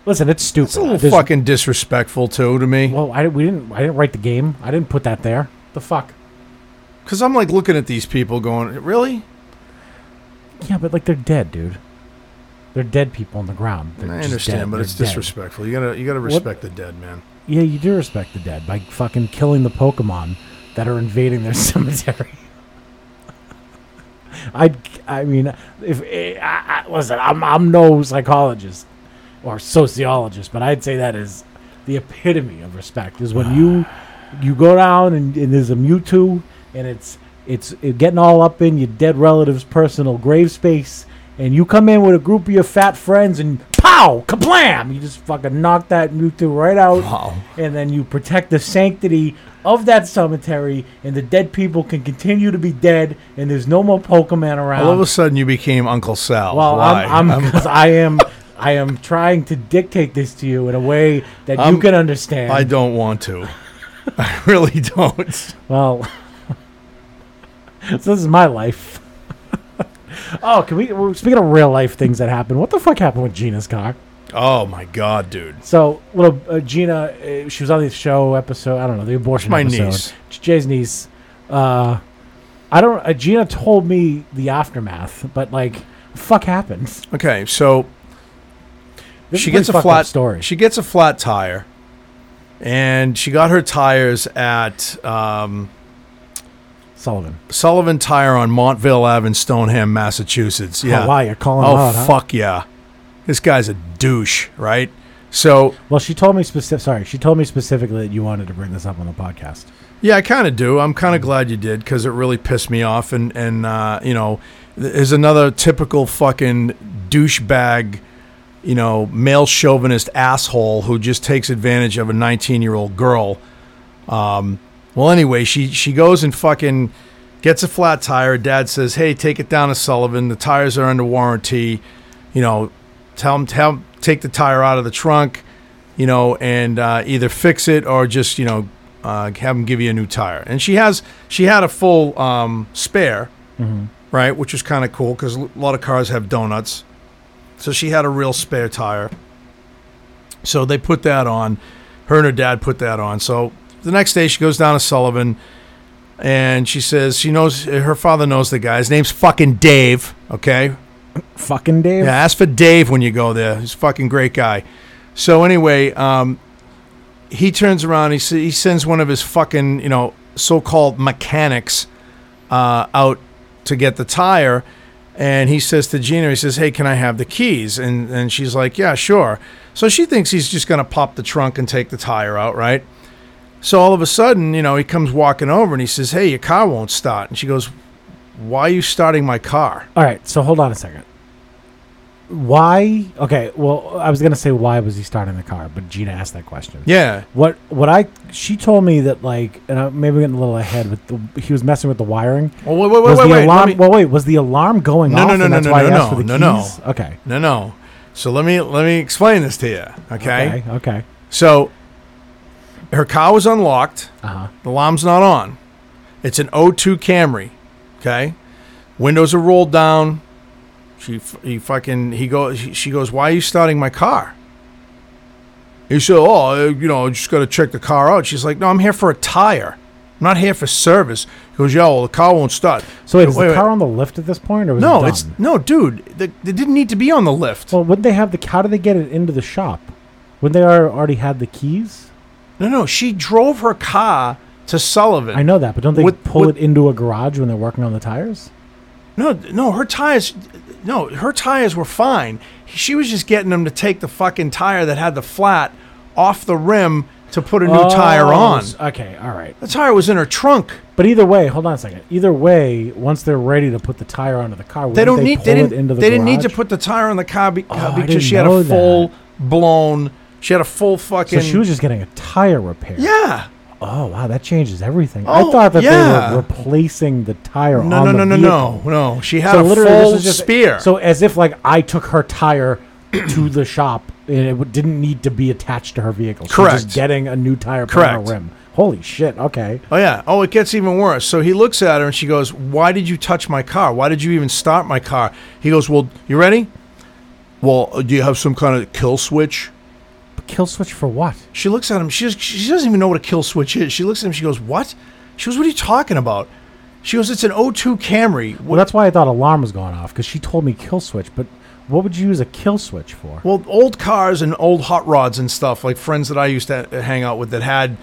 S1: Listen, it's stupid.
S2: it's a little
S1: There's-
S2: fucking disrespectful too to me.
S1: Well, I we didn't. I didn't write the game. I didn't put that there. The fuck.
S2: Because I'm like looking at these people, going, really?
S1: Yeah, but like they're dead, dude. They're dead people on the ground. They're
S2: I
S1: just
S2: understand,
S1: dead.
S2: but
S1: They're
S2: it's
S1: dead.
S2: disrespectful. You gotta you gotta
S1: What-
S2: respect the dead, man.
S1: Yeah, you do respect the dead by fucking killing the Pokemon that are invading their cemetery. I, I mean, if eh, I, I, listen, I'm I'm no psychologist or sociologist, but I'd say that is the epitome of respect is when you you go down and, and there's a Mewtwo and it's it's it getting all up in your dead relative's personal grave space, and you come in with a group of your fat friends and pow, kablam! You just fucking knock that Mewtwo right out
S2: Wow.
S1: and then you protect the sanctity of that cemetery, and the dead people can continue to be dead, and there's no more Pokemon around.
S2: All of a sudden, you became Uncle Sal.
S1: Um, well,
S2: Why?
S1: I'm, I'm, because I am, I am trying to dictate this to you in a way that you
S2: I'm-
S1: can understand.
S2: I don't want to. I really don't.
S1: well, so this is my life. oh, can we? well, Speaking of real life things that happen, what the fuck happened with Gina's car?
S2: Oh my god, dude.
S1: So little uh, Gina, uh, she was on the show episode. I don't know the abortion.
S2: My
S1: episode.
S2: niece.
S1: Jay's niece. Uh, I don't. Uh, Gina told me the aftermath, but like, fuck happens.
S2: Okay, so
S1: This
S2: she
S1: is pretty
S2: gets
S1: fucked
S2: a
S1: up
S2: flat
S1: story.
S2: She gets a flat tire, and she got her tires at um,
S1: Sullivan.
S2: Sullivan Tire on Montville Ave in Stoneham, Massachusetts. Yeah.
S1: Oh, wow, you're calling
S2: Oh,
S1: her out. huh?
S2: fuck yeah. This guy's a douche, right? So
S1: Well, she told me specific. Sorry, she told me specifically that you wanted to bring this up on the podcast.
S2: Yeah, I kind of do. I'm kind of glad you did because it really pissed me off. And and uh, you know, th- is another typical fucking douchebag, you know, male chauvinist asshole who just takes advantage of a 19 year old girl. Um, well, anyway, she she goes and fucking gets a flat tire. Dad says, "Hey, take it down to Sullivan. The tires are under warranty. You know, tell him tell 'em- take the tire out of the trunk." you know, and uh, either fix it or just you know uh, have them give you a new tire. And she has she had a full um, spare, right, which was kind of cool because a lot of cars have donuts. So she had a real spare tire. So they put that on. Her and her dad put that on. So the next day she goes down to Sullivan, and she says she knows her father knows the guy. His name's fucking Dave. Okay,
S1: Fucking Dave.
S2: yeah, ask for Dave when you go there. He's a fucking great guy. So anyway, um, he turns around. He s- he sends one of his fucking you know so-called mechanics uh, out to get the tire, and he says to Gina, he says, "Hey, can I have the keys?" And and she's like, "Yeah, sure." So she thinks he's just gonna pop the trunk and take the tire out, right? So all of a sudden, you know, he comes walking over and he says, "Hey, your car won't start." And she goes, "Why are you starting my car?"
S1: All right, so hold on a second. Why? Okay, well, I was gonna say why was he starting the car, but Gina asked that question.
S2: Yeah,
S1: What what I she told me that like and I maybe getting a little ahead with the he was messing with the wiring.
S2: Well, wait, wait, wait,
S1: was
S2: wait,
S1: the
S2: wait.
S1: alarm
S2: let me-
S1: well wait, was the alarm going
S2: No,
S1: off?
S2: no, no,
S1: and
S2: no,
S1: that's
S2: no,
S1: why
S2: no,
S1: he asked for the
S2: no, no,
S1: keys? Okay.
S2: no, no. So let me let me explain this to you. Okay?
S1: Okay. Okay.
S2: So her car was unlocked.
S1: Uh-huh.
S2: The alarm's not on. It's an 02 Camry. Okay. Windows are rolled down. She f- he fucking he goes she she goes. Why are you starting my car? He said, "Oh, uh, you know, I just got to check the car out." She's like, "No, I'm here for a tire." I'm not here for service. He goes, yo, well, the car won't start.
S1: So wait, is the car on the lift at this point, or was it
S2: No,
S1: done?
S2: it's no, dude. The, they didn't need to be on the lift.
S1: Well, wouldn't they have the? How did they get it into the shop? Wouldn't they al- already had the keys?
S2: No, no. She drove her car to Sullivan.
S1: I know that, but don't they
S2: What-
S1: pull it
S2: what-
S1: into a garage when they're working on the tires?
S2: No, no, her tires, no, her tires were fine. She was just getting him to take the fucking tire that had the flat off the rim to put a new tire
S1: Oh,
S2: on.
S1: s- Okay, all right.
S2: The tire was in her trunk.
S1: But either way, hold on a second. Either way, once they're ready to put the tire onto the car,
S2: They
S1: wouldn't
S2: don't need.
S1: Pull
S2: They
S1: it into
S2: didn't.
S1: the
S2: They didn't need to
S1: garage? Oh,
S2: put the tire on the car be, uh,
S1: I didn't
S2: because she had
S1: know
S2: a
S1: that.
S2: full blown. She had a full fucking.
S1: So she was just getting a tire repair.
S2: yeah.
S1: Oh wow, that changes everything. I
S2: Oh,
S1: thought that
S2: yeah.
S1: they were replacing the tire.
S2: No,
S1: on
S2: no,
S1: the
S2: no, no,
S1: vehicle.
S2: no, no. She had
S1: So
S2: a
S1: literally,
S2: full
S1: this is just
S2: spear.
S1: So as if like I took her tire to the shop, and it w- didn't need to be attached to her vehicle. She's
S2: Correct.
S1: Just getting a new tire. put on her
S2: Correct.
S1: Rim. Holy shit. Okay.
S2: Oh yeah. Oh, it gets even worse. So he looks at her and she goes, "Why did you touch my car? Why did you even start my car?" He goes, "Well, you ready? Well, do you have some kind of kill switch?"
S1: But kill switch for what?
S2: She looks at him. She just, she doesn't even know what a kill switch is. She looks at him. She goes, "What?" She goes, "What are you talking about?" She goes, "It's an O2 Camry."
S1: Well, that's why I thought alarm was going off because she told me kill switch. But what would you use a kill switch for?
S2: Well, old cars and old hot rods and stuff, like friends that I used to uh, hang out with that had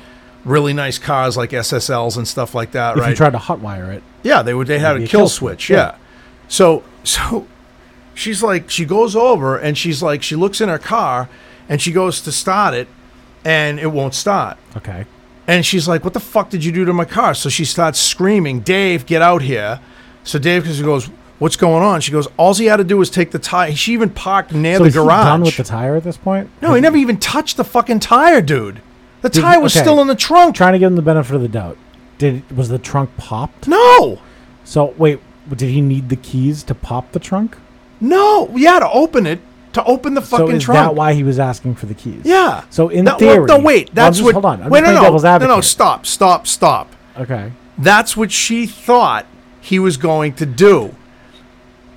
S2: really nice cars like SSLs and stuff like that,
S1: if
S2: right?
S1: you tried to hotwire it.
S2: Yeah, they would. They had a
S1: Maybe
S2: kill, switch. Yeah. So so she's like she goes over and she's like she looks in her car and she goes to start it and it won't start.
S1: Okay.
S2: And she's like, "What the fuck did you do to my car?" So she starts screaming, "Dave, get out here!" So Dave goes- goes, "What's going on?" She goes, "All he had to do was take the tire." She even parked near
S1: So
S2: the
S1: is he
S2: garage.
S1: done with the tire at this point?
S2: no, he never even touched the fucking tire, dude. The tire was
S1: okay.
S2: still in the trunk.
S1: Trying to give him the benefit of the doubt. Did was the trunk popped?
S2: No,
S1: So wait, did he need the keys to pop the trunk?
S2: no, yeah, to open it, to open the fucking
S1: so is
S2: trunk.
S1: that why he was asking for the keys?
S2: Yeah.
S1: So in
S2: that,
S1: theory,
S2: no, wait.
S1: Well,
S2: That's
S1: just-
S2: what.
S1: Hold on. I'm
S2: wait,
S1: just
S2: no,
S1: playing
S2: no,
S1: devil's
S2: no, no.
S1: advocate.
S2: Stop, stop, stop.
S1: Okay.
S2: That's what she thought he was going to do.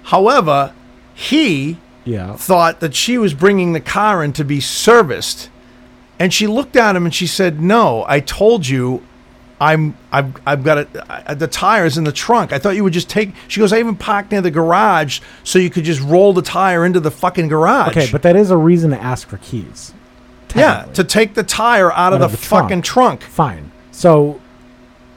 S2: However, he
S1: Yeah.
S2: thought that she was bringing the car in to be serviced, and she looked at him and she said, "No, I told you." I'm I've I've got it. I- The tires in the trunk. I thought you would just take. She goes. I even parked near the garage, so you could just roll the tire into the fucking garage.
S1: Okay, but that is a reason to ask for keys.
S2: yeah,
S1: technically.
S2: to take the tire out, of the,
S1: of the trunk.
S2: fucking trunk.
S1: Fine. So,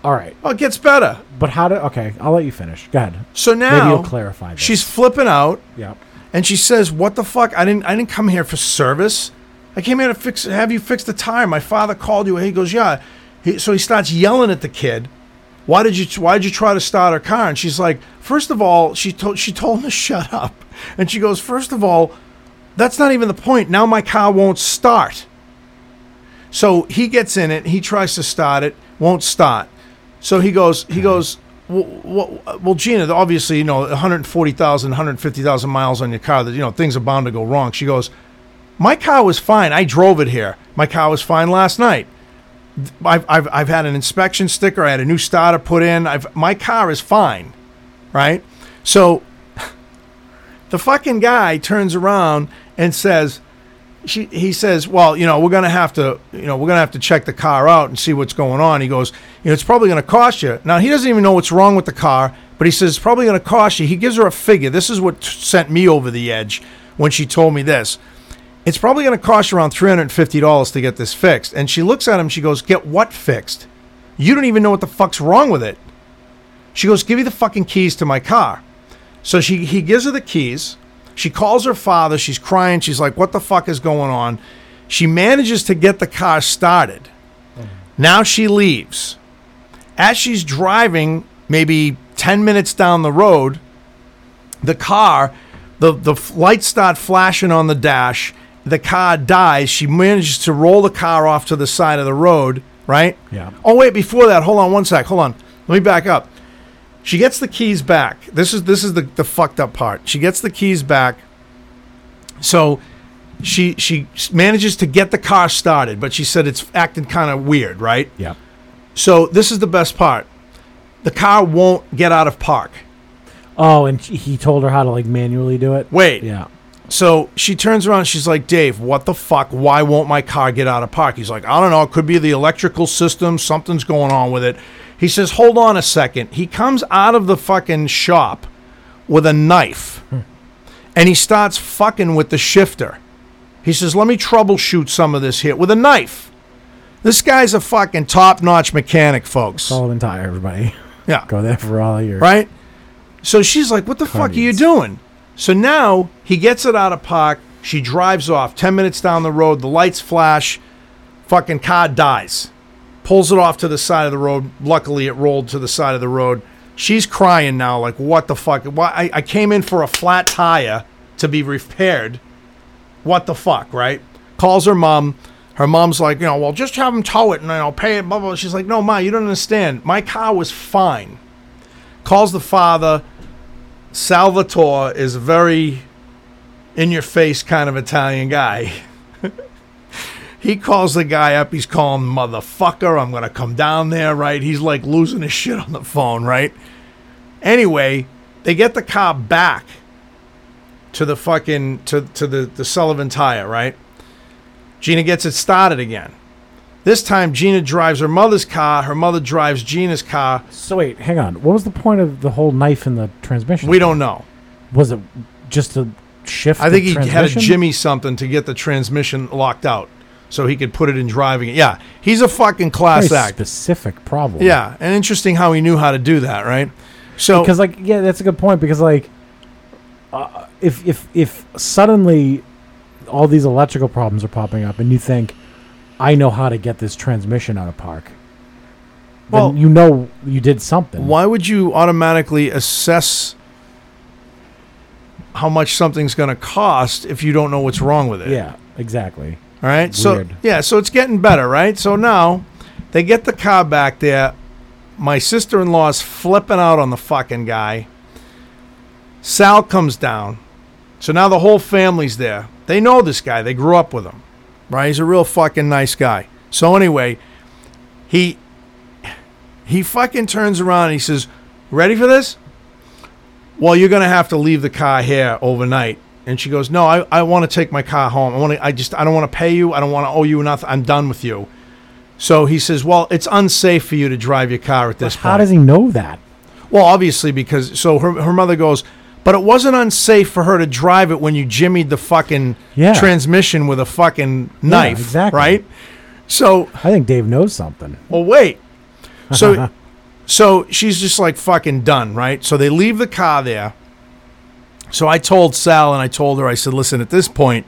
S1: all right.
S2: Oh, it gets better.
S1: But how did? Okay, I'll let you finish. Go ahead.
S2: So
S1: Maybe
S2: now
S1: you'll clarify. This.
S2: she's flipping out,
S1: Yeah.
S2: and she says, "What the fuck? I didn't. I didn't come here for service. I came here to fix. Have you fix the tire? My father called you. He goes, yeah. He, so he starts yelling at the kid. Why did you? Why did you try to start her car? And she's like, first of all, she told she told him to shut up, and she goes, first of all, that's not even the point. Now my car won't start. So he gets in it. He tries to start it. Won't start. So he goes. He goes. Well, well, well, Gina, obviously, you know, 140,000, 150,000 miles on your car. That you know, things are bound to go wrong. She goes, my car was fine. I drove it here. My car was fine last night. I've, I've, I've had an inspection sticker. I had a new starter put in. I've, my car is fine, right? So the fucking guy turns around and says, she, he says, well, you know, we're gonna have to, you know, we're gonna have to check the car out and see what's going on. He goes, you know, it's probably gonna cost you. Now he doesn't even know what's wrong with the car, but he says it's probably gonna cost you. He gives her a figure. This is what sent me over the edge when she told me this. It's probably gonna cost you around three hundred and fifty dollars to get this fixed. And she looks at him. She goes, get what fixed? You don't even know what the fuck's wrong with it. She goes, give me the fucking keys to my car. So she he gives her the keys. She calls her father. She's crying. She's like, "What the fuck is going on?" She manages to get the car started. Now she leaves. As she's driving, maybe 10 minutes down the road, the car, the, the f- lights start flashing on the dash. The car dies. She manages to roll the car off to the side of the road, right?
S1: Yeah.
S2: Oh, wait, before that, hold on one sec. Hold on. Let me back up. She gets the keys back. This is this is the, the fucked up part. She gets the keys back. So she she manages to get the car started, but she said it's acting kind of weird, right?
S1: Yeah.
S2: So this is the best part. The car won't get out of park.
S1: Oh, and she- he told her how to like manually do it.
S2: Wait.
S1: Yeah.
S2: So she turns around. She's like, Dave, what the fuck? Why won't my car get out of park? He's like, I don't know. It could be the electrical system. Something's going on with it. He says, "Hold on a second. He comes out of the fucking shop with a knife, and he starts fucking with the shifter. He says, "Let me troubleshoot some of this here with a knife." This guy's a fucking top-notch mechanic, folks.
S1: Solomon Tire, everybody.
S2: Yeah.
S1: Go there for all your.
S2: Right? So she's like, What the fuck are you
S1: Cardies.
S2: doing? So now he gets it out of park. She drives off 10 minutes down the road. The lights flash. Fucking car dies. Pulls it off to the side of the road. Luckily, it rolled to the side of the road. She's crying now, like, What the fuck? Why? I, I came in for a flat tire to be repaired. What the fuck, right? Calls her mom. Her mom's like, You know, well, just have him tow it and I'll pay it, blah, blah. blah. She's like, No, Ma, you don't understand. My car was fine calls the father. Salvatore is a very in your face kind of Italian guy. he calls the guy up. He's calling motherfucker. I'm going to come down there, right? He's like losing his shit on the phone, right? Anyway, they get the car back to the fucking to, to the, the Sullivan tire, right? Gina gets it started again. This time Gina drives her mother's car, her mother drives Gina's car.
S1: So wait, hang on. What was the point of the whole knife in the transmission?
S2: We don't know.
S1: Was it just to shift?
S2: I
S1: the
S2: think he had a
S1: transmission?
S2: Jimmy something to get the transmission locked out so he could put it in driving. it. Yeah, he's a fucking class
S1: Very
S2: act.
S1: specific problem.
S2: Yeah, and interesting how he knew how to do that, right? So
S1: because like yeah, that's a good point. Because like, uh, if if if suddenly all these electrical problems are popping up, and you think, I know how to get this transmission out of park.
S2: Well-
S1: then you know you did something.
S2: why would you automatically assess how much something's going to cost if you don't know what's wrong with it?
S1: Yeah, exactly.
S2: All right. So
S1: Weird.
S2: yeah, so it's getting better, right? So now they get the car back there. My sister-in-law's flipping out on the fucking guy. Sal comes down. So now the whole family's there. They know this guy. They grew up with him. Right? He's a real fucking nice guy. So anyway, he he fucking turns around and he says, "Ready for this?" Well, you're gonna have to leave the car here overnight. And she goes, "No, I, I want to take my car home. I want to. I just I don't want to pay you. I don't want to owe you nothing. I'm done with you." So he says, "Well, it's unsafe for you to drive your car at this
S1: How
S2: point."
S1: does he know that?
S2: well, obviously because so her her mother goes, "But it wasn't unsafe for her to drive it when you jimmied the fucking
S1: Yeah.
S2: transmission with a fucking knife,
S1: exactly.
S2: right?" So
S1: I think Dave knows something.
S2: well, wait. So, so she's just like fucking done, right? So they leave the car there. So I told Sal and I told her, I said, listen, at this point,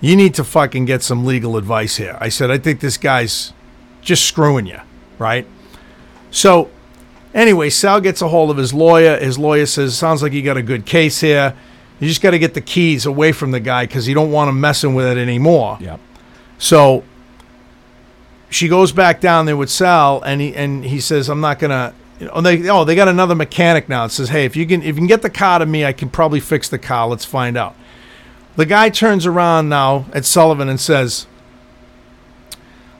S2: you need to fucking get some legal advice here. I said, I think this guy's just screwing you, right? So, anyway, Sal gets a hold of his lawyer. His lawyer says, sounds like you got a good case here. You just got to get the keys away from the guy because you don't want him messing with it anymore.
S1: Yeah.
S2: So she goes back down there with Sal, and he and he says, "I'm not gonna." you know, they oh they got another mechanic now. It says, "Hey, if you can if you can get the car to me, I can probably fix the car. Let's find out." The guy turns around now at Sullivan and says,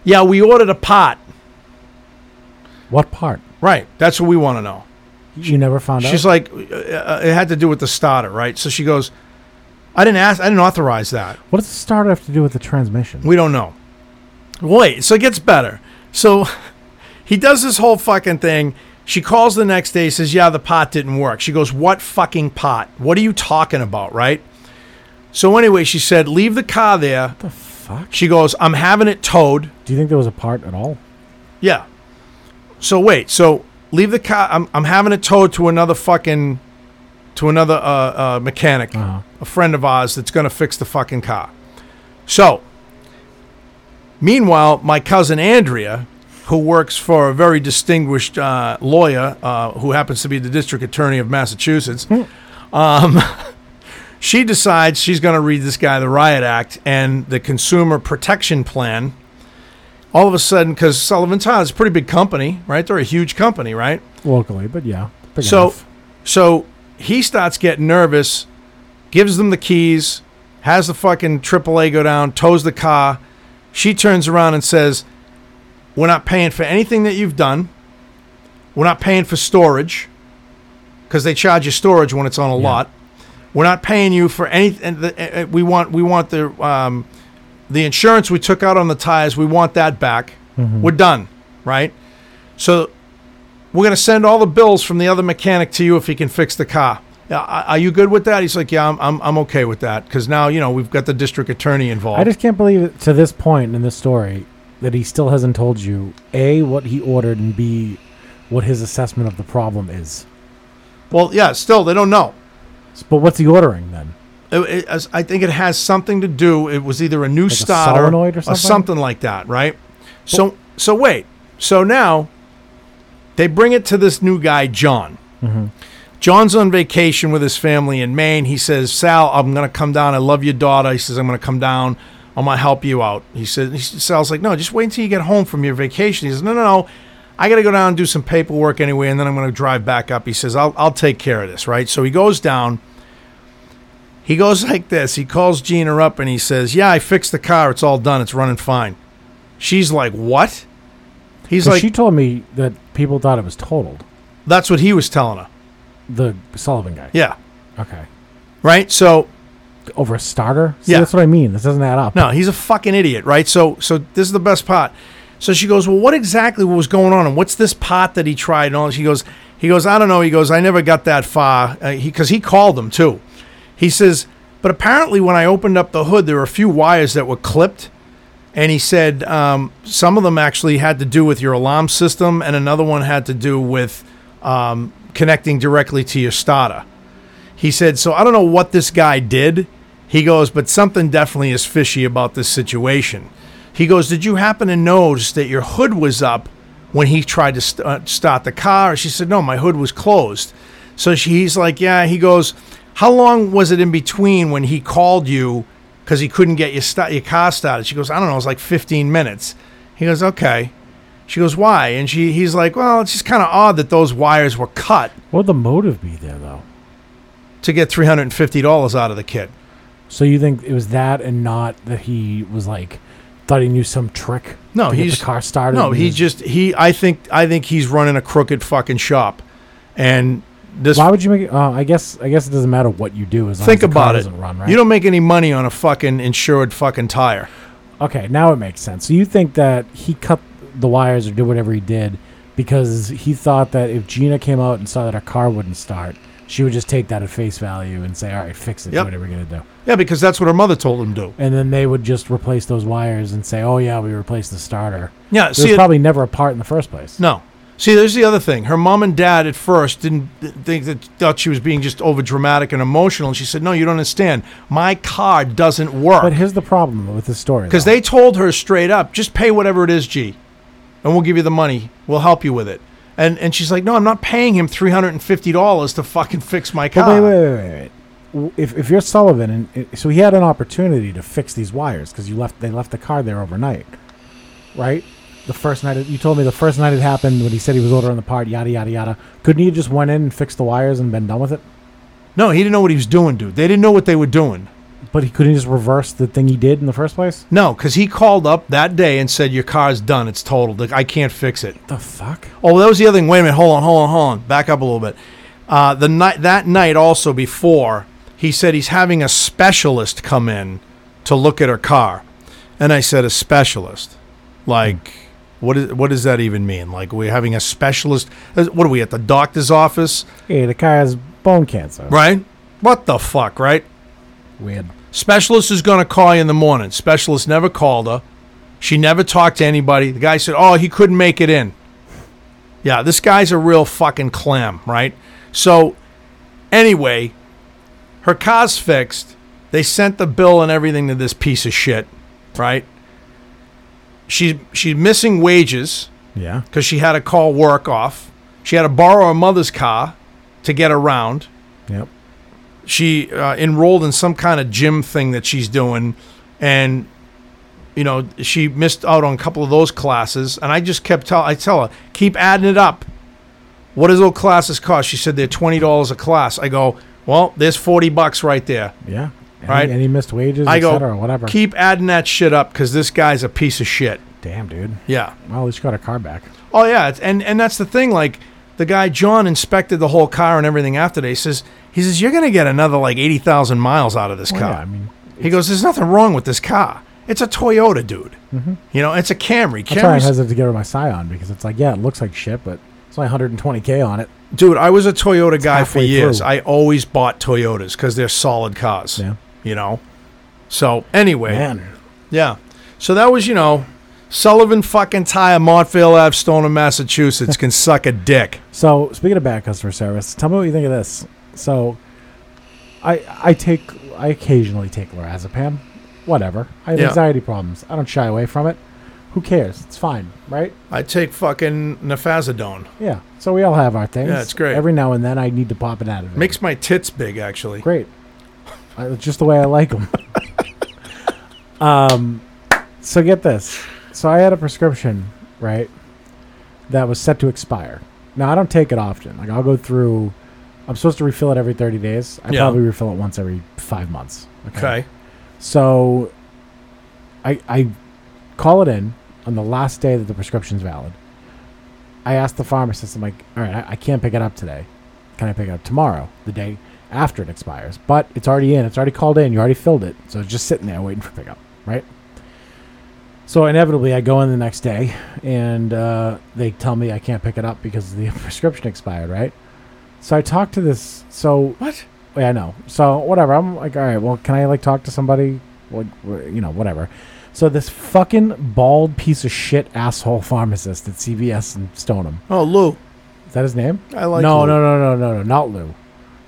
S2: "Yeah, we ordered a pot.
S1: What part?
S2: Right, that's what we want to know."
S1: You never found out.
S2: She's like, uh, uh, "It had to do with the starter, right?" So she goes, "I didn't ask. I didn't authorize that."
S1: What does the starter have to do with the transmission?
S2: We don't know. Wait, so it gets better. So he does this whole fucking thing. She calls the next day, says, Yeah, the pot didn't work. She goes, What fucking pot? What are you talking about, right? So anyway, she said, Leave the car there.
S1: the fuck?
S2: She goes, I'm having it towed.
S1: Do you think there was a part at all?
S2: Yeah. So wait, so leave the car. I'm, I'm having it towed to another fucking, to another uh, uh, mechanic,
S1: Uh-huh.
S2: a friend of ours that's going to fix the fucking car. So, meanwhile, my cousin Andrea, who works for a very distinguished uh, lawyer uh, who happens to be the district attorney of Massachusetts, um, she decides she's going to read this guy the Riot Act and the Consumer Protection Plan all of a sudden because Sullivan Todd is a pretty big company, right? They're a huge company, right?
S1: Locally, but yeah. big
S2: So,
S1: enough.
S2: so he starts getting nervous, gives them the keys, has the fucking AAA go down, tows the car. She turns around and says, "We're not paying for anything that you've done. We're not paying for storage because they charge you storage when it's on a lot. We're not paying you for anything. We want we want the um, the insurance we
S1: Mm-hmm.
S2: took out on the tires. We want that back. We're done, right? So We're going to send all the bills from the other mechanic to you if he can fix the car. Uh, Are are you good with that? He's like, yeah, I'm, I'm, I'm okay with that. Because now, you know, we've got the district attorney involved.
S1: I just can't believe it, to this point in this story that he still hasn't told you a what he ordered and b what his assessment of the problem is.
S2: well, yeah, still, they don't know.
S1: S- But what's he ordering then?
S2: It- it- I think it has something to do. It was either a new
S1: a
S2: starter
S1: solenoid or something?
S2: like that, right? So, so wait. So now they bring it to this new guy, John. John's on vacation with his family in Maine. He says, "Sal, I'm gonna come down. I love your daughter." He says, "I'm gonna come down. I'm gonna help you out." He says, he, "Sal's like, no, just wait until you get home from your vacation." He says, "No, no, no." I got to go down and do some paperwork anyway, and then I'm going to drive back up. He says, I'll, I'll take care of this, right? So he goes down. He goes like this. He calls Gina up and he says, Yeah, I fixed the car. It's all done. It's running fine. She's like, What? He's
S1: 'Cause
S2: like,
S1: she told me that people thought it was totaled.
S2: That's what he was telling her.
S1: The Sullivan guy.
S2: Yeah.
S1: Okay.
S2: Right? So,
S1: Over a starter. See,
S2: Yeah.
S1: That's what I mean. This doesn't add up.
S2: no, he's a fucking idiot, right? So, so this is the best part. So she goes, Well, what exactly was going on? And what's this pot that he tried? And all she goes, He goes, I don't know. He goes, I never got that far. Because uh, he, 'cause he called them too. He says, But apparently, when I opened up the hood, there were a few wires that were clipped. and he said um, some of them actually had to do with your alarm system, and another one had to do with um, connecting directly to your starter. He said, "So I don't know what this guy did." He goes, "But something definitely is fishy about this situation." He goes, "Did you happen to notice that your hood was up when he tried to st- uh, start the car?" She said, "No, my hood was closed." So she, he's like, "Yeah." He goes, "How long was it in between when he called you?" because he couldn't get your, sta your car started. She goes, I don't know, it was like 15 minutes. He goes, okay. She goes, why? And she, he's like, well, it's just kind of odd that those wires were cut
S1: What would the motive be there though?
S2: to get $350 out of the kid.
S1: So you think it was that and not that he was like thought he knew some trick?
S2: No,
S1: to get
S2: he's-
S1: the car started.
S2: No,
S1: and
S2: he
S1: was-
S2: just he. I think I think he's running a crooked fucking shop, and this.
S1: Why would you make it? Uh, I guess I guess it doesn't matter what you do as long
S2: think
S1: as the car
S2: about it.
S1: doesn't run right.
S2: You don't make any money on a fucking insured fucking tire.
S1: okay, now it makes sense. So you think that he cut the wires or did whatever he did because he thought that if Gina came out and saw that her car wouldn't start, she would just take that at face value and say, "All right, fix it. do
S2: Yep.
S1: Whatever you're gonna do."
S2: Yeah, because that's what her mother told him to. do.
S1: And then they would just replace those wires and say, "Oh yeah, we replaced the starter."
S2: Yeah,
S1: There
S2: see,
S1: was
S2: it-
S1: probably never a part in the first place.
S2: No. See, there's the other thing. Her mom and dad at first didn't th- think that thought she was being just over dramatic and emotional. And she said, "No, you don't understand. My car doesn't
S1: But
S2: work."
S1: here's the problem with this story.
S2: Because
S1: though.
S2: they told her straight up, "Just pay whatever it is, G, and we'll give you the money. We'll help you with it." And and she's like, "No, I'm not paying him three hundred and fifty dollars to fucking fix my
S1: But
S2: car."
S1: wait, wait, wait, wait, wait. W- If, if you're Sullivan, and and- so he had an opportunity to fix these wires because you left they left the car there overnight, right? The first night it, you told me the first night it happened when he said he was ordering the part, yada yada yada. Couldn't he have just went in and fixed the wires and been done with it?
S2: No, he didn't know what he was doing, dude. They didn't know what they were doing.
S1: But he couldn't he just reverse the thing he did in the first place.
S2: No, because he called up that day and said, "Your car's done. It's totaled. Like, I can't fix it."
S1: The fuck?
S2: Oh, that was the other thing. Wait a minute. Hold on. Hold on. Hold on. Back up a little bit. Uh, the night that night also before he said he's having a specialist come in to look at her car, and I said a specialist, like what is what does that even mean? Like we're having a specialist. Uh, What are we at the doctor's office,
S1: Hey, the car has bone cancer.
S2: right? What the fuck, right?
S1: Weird.
S2: Specialist is going to call you in the morning. Specialist never called her. She never talked to anybody. The guy said, "Oh, he couldn't make it in." Yeah, this guy's a real fucking clam, right? So, anyway, her car's fixed. They sent the bill and everything to this piece of shit, right? She she's missing wages
S1: Yeah.
S2: because she had to call work off. She had to borrow her mother's car to get around
S1: Yep.
S2: she uh, enrolled in some kind of gym thing that she's doing and you know she missed out on a couple of those classes and i just kept tell i tell her keep adding it up what does those classes cost she said they're $20 a class i go well there's 40 bucks right there
S1: Yeah. And
S2: Right.
S1: He, and he missed wages,
S2: I go,
S1: etc. Or whatever.
S2: keep adding that shit up because this guy's a piece of shit
S1: Damn, dude.
S2: yeah
S1: Well, at least you got her car back.
S2: Oh yeah, it's, and and that's the thing. Like the guy John inspected the whole car and everything after that. He says he says you're gonna get another like eighty thousand miles out of this
S1: Well,
S2: car.
S1: yeah, I mean,
S2: he goes, there's nothing wrong with this car. It's a Toyota, dude. You know, it's a Camry.
S1: Mm-hmm. That's why I'm
S2: Camry's,
S1: hesitant to get rid of my Scion because it's like, yeah, it looks like shit, but It's only 120k on it.
S2: Dude, I was a Toyota guy for
S1: halfway
S2: years.
S1: through.
S2: I always bought Toyotas because they're solid cars.
S1: Yeah.
S2: You know? So, anyway.
S1: Man,
S2: Yeah. So that was, you know, Sullivan fucking Tire, Montvale Ave, Stoneham, Massachusetts can suck a dick.
S1: So speaking of bad customer service, tell me what you think of this. So, I I take I occasionally take lorazepam, whatever. I have
S2: Yeah.
S1: anxiety problems. I don't shy away from it. Who cares? It's fine, right?
S2: I take fucking nefazodone.
S1: Yeah. So we all have our things.
S2: Yeah, it's great.
S1: Every now and then I need to pop it out of it.
S2: Makes my tits big, actually.
S1: great. I, it's just the way I like them. um, so get this. So I had a prescription, right, that was set to expire. Now I don't take it often. Like I'll go through. I'm supposed to refill it every 30 days. I
S2: Yeah.
S1: probably refill it once every five months.
S2: Okay.
S1: So I I call it in on the last day that the prescription's valid. I ask the pharmacist, I'm like, all right, I, I can't pick it up today. Can I pick it up tomorrow, the day after it expires? But it's already in, it's already called in, you already filled it. So it's just sitting there waiting for pickup, right? So inevitably, I go in the next day and uh, they tell me I can't pick it up because the prescription expired, right? So I talk to this. So
S2: What?
S1: yeah, I know. So whatever. I'm like, all right. Well, can I like talk to somebody? Like, wh- you know, whatever. So this fucking bald piece of shit asshole pharmacist at CVS in Stoneham.
S2: Oh, Lou.
S1: Is that his name?
S2: I like
S1: no,
S2: Lou.
S1: no, no, no, no, no, not Lou.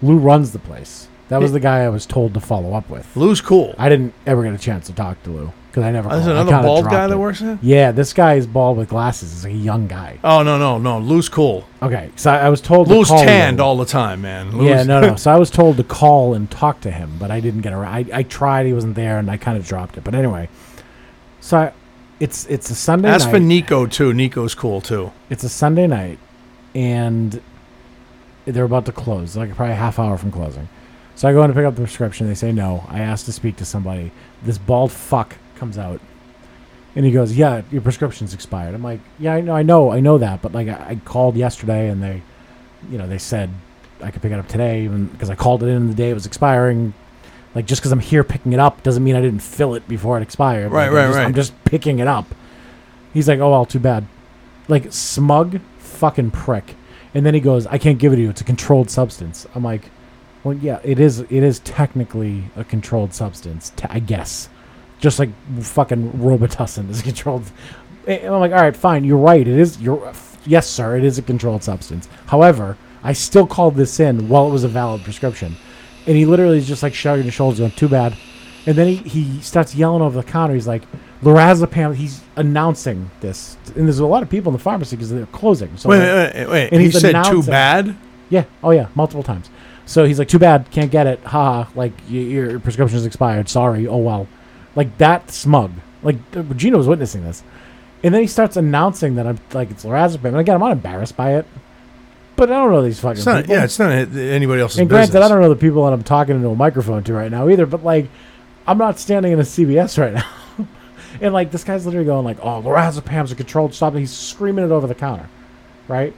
S1: Lou runs the place. That was
S2: He-
S1: the guy I was told to follow up with.
S2: Lou's cool.
S1: I didn't ever get a chance to talk to Lou because I never.
S2: There's
S1: called. I
S2: another
S1: kinda
S2: bald
S1: dropped
S2: guy that
S1: it.
S2: works there?
S1: Yeah, this guy is bald with glasses. He's like a young guy.
S2: Oh, no, no, no. Lou's cool.
S1: Okay, so I I was told
S2: Lou's
S1: to call
S2: tanned
S1: Lou.
S2: all the time, man. Lou's,
S1: Yeah, no, no. So I was told to call and talk to him, but I didn't get around. I, I tried; he wasn't there, and I kind of dropped it. But anyway, so I, it's it's a Sunday
S2: Ask for
S1: night.
S2: Nico, too. Nico's cool, too.
S1: it's a Sunday night, and they're about to close, like probably a half hour from closing. So I go in to pick up the prescription. They say no. I ask to speak to somebody. This bald fuck comes out, and he goes, "Yeah, your prescription's expired." I'm like, "Yeah, I know, I know, I know that." But like, I, I called yesterday, and they, you know, they said I could pick it up today, even because I called it in the day it was expiring. Like, just because I'm here picking it up doesn't mean I didn't fill it before it expired. Like,
S2: Right,
S1: I'm
S2: right,
S1: just-
S2: right.
S1: I'm just picking it up. He's like, "Oh well, too bad." Like smug fucking prick. And then he goes, "I can't give it to you. It's a controlled substance." I'm like. Well, yeah, it is. It is technically a controlled substance, te- I guess. Just like fucking Robitussin is controlled. And I'm like, all right, fine. You're right. It is. You're f- yes, sir. It is a controlled substance. However, I still called this in while it was a valid prescription, and he literally is just like shrugging his shoulders, going, "Too bad." And then he, he starts yelling over the counter. He's like, "Lorazepam." He's announcing this, and there's a lot of people in the pharmacy because they're closing. So
S2: Wait,
S1: like-
S2: wait, wait. wait.
S1: And
S2: he
S1: he's
S2: said too
S1: announcing-
S2: bad?
S1: yeah. Oh yeah. Multiple times. So he's like, "Too bad, can't get it." Ha! ha, Like y- your prescription is expired. Sorry. Oh well. Like that smug. Like uh, Gino was witnessing this, and then he starts announcing that I'm like it's lorazepam. And again, I'm not embarrassed by it, but I don't know these fucking
S2: It's not,
S1: people.
S2: yeah, it's not anybody else's
S1: and
S2: business.
S1: granted, I don't know the people that I'm talking into a microphone to right now either. But like, I'm not standing in a CVS right now, and like this guy's literally going like, "Oh, lorazepam's a controlled substance." He's screaming it over the counter, right?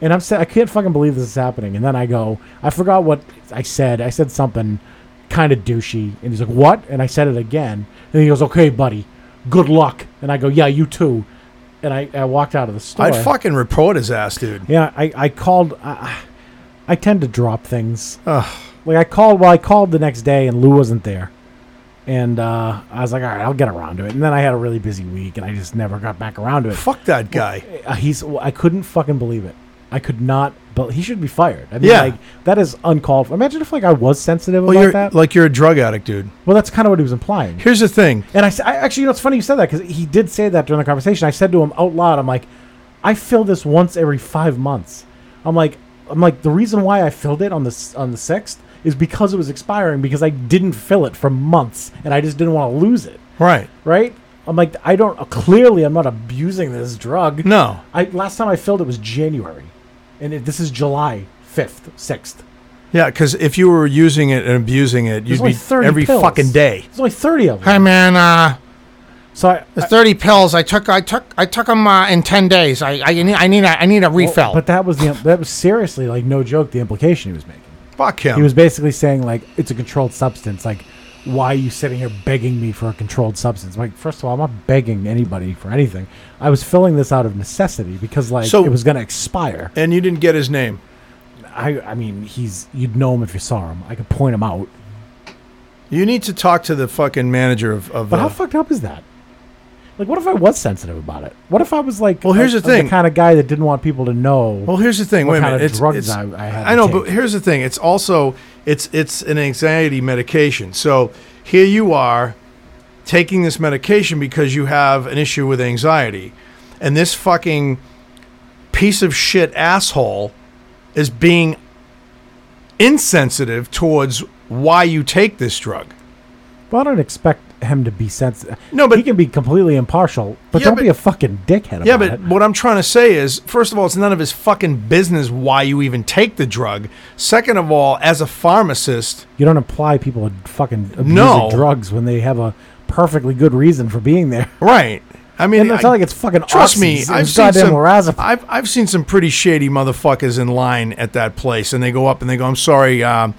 S1: And I'm sa- I can't fucking believe this is happening. And then I go, I forgot what I said. I said something kind of douchey, and he's like, "What?" And I said it again, and he goes, "Okay, buddy, good luck." And I go, "Yeah, you too." And I, I walked out of the store.
S2: I'd fucking report his ass, dude.
S1: Yeah, I, I called. I, I tend to drop things.
S2: Ugh.
S1: Like I called. Well, I called the next day, and Lou wasn't there. And uh, I was like, all right, I'll get around to it. And then I had a really busy week, and I just never got back around to it.
S2: Fuck that guy.
S1: Uh, He's. I couldn't fucking believe it. I could not. But he should be fired. I mean,
S2: Yeah.
S1: like that is uncalled for. Imagine if like I was sensitive
S2: Well,
S1: about
S2: you're
S1: that.
S2: like you're a drug addict, dude.
S1: well, that's kind of what he was implying.
S2: Here's the thing.
S1: And I, s- I- actually, you know, it's funny you said that because he did say that during the conversation. I said to him out loud, I'm like, I fill this once every five months. I'm like, I'm like, the reason why I filled it on the s- on the sixth is because it was expiring because I didn't fill it for months and I just didn't want to lose it.
S2: Right.
S1: Right? I'm like, I don't. clearly, I'm not abusing this drug.
S2: No.
S1: I last time I filled it was January, and it, this is July fifth, sixth.
S2: Yeah, because if you were using it and abusing it, you'd
S1: only
S2: be
S1: 30
S2: every
S1: pills.
S2: fucking day.
S1: There's only thirty of them.
S3: man, uh,
S1: So I,
S3: there's 30 pills. I took, I took, I took them uh, in 10 days. I, I need, I need, a, I need a
S1: Well,
S3: refill.
S1: Oh, But that was the that was seriously like no joke the implication he was making.
S2: Fuck him.
S1: He was basically saying like it's a controlled substance. Like why are you sitting here begging me for a controlled substance? I'm like, first of all, I'm not begging anybody for anything. I was filling this out of necessity because like
S2: So-
S1: it was gonna expire.
S2: And you didn't get his name.
S1: I I mean, he's you'd know him if you saw him. I could point him out.
S2: You need to talk to the fucking manager of. of
S1: But how
S2: uh,
S1: fucked up is that? Like, what if I was sensitive about it? What if I was like,
S2: Well, here's
S1: a-
S2: the thing.
S1: kind of guy that didn't want people to know?
S2: well, here's the thing. Wait a
S1: kind
S2: minute.
S1: of
S2: it's,
S1: drugs
S2: it's-
S1: I- I had
S2: I
S1: to
S2: know,
S1: take.
S2: but here's the thing. It's also it's it's an anxiety medication. So here you are taking this medication because you have an issue with anxiety, and this fucking piece of shit asshole is being insensitive towards why you take this drug.
S1: Well, I don't expect him to be sensitive.
S2: No, but-
S1: he can be completely impartial. But
S2: Yeah,
S1: don't
S2: but-
S1: be a fucking dickhead.
S2: Yeah,
S1: about
S2: but
S1: it.
S2: what I'm trying to say is, first of all, it's none of his fucking business why you even take the drug. Second of all, as a pharmacist,
S1: you don't imply people are fucking abusing
S2: No.
S1: drugs when they have a perfectly good reason for being there.
S2: right? I mean,
S1: And it's not
S2: I-
S1: like it's fucking
S2: trust me,
S1: Oxys and
S2: I've seen
S1: goddamn
S2: some.
S1: lorazepam.
S2: I've I've seen some pretty shady motherfuckers in line at that place, and they go up and they go, "I'm sorry, um,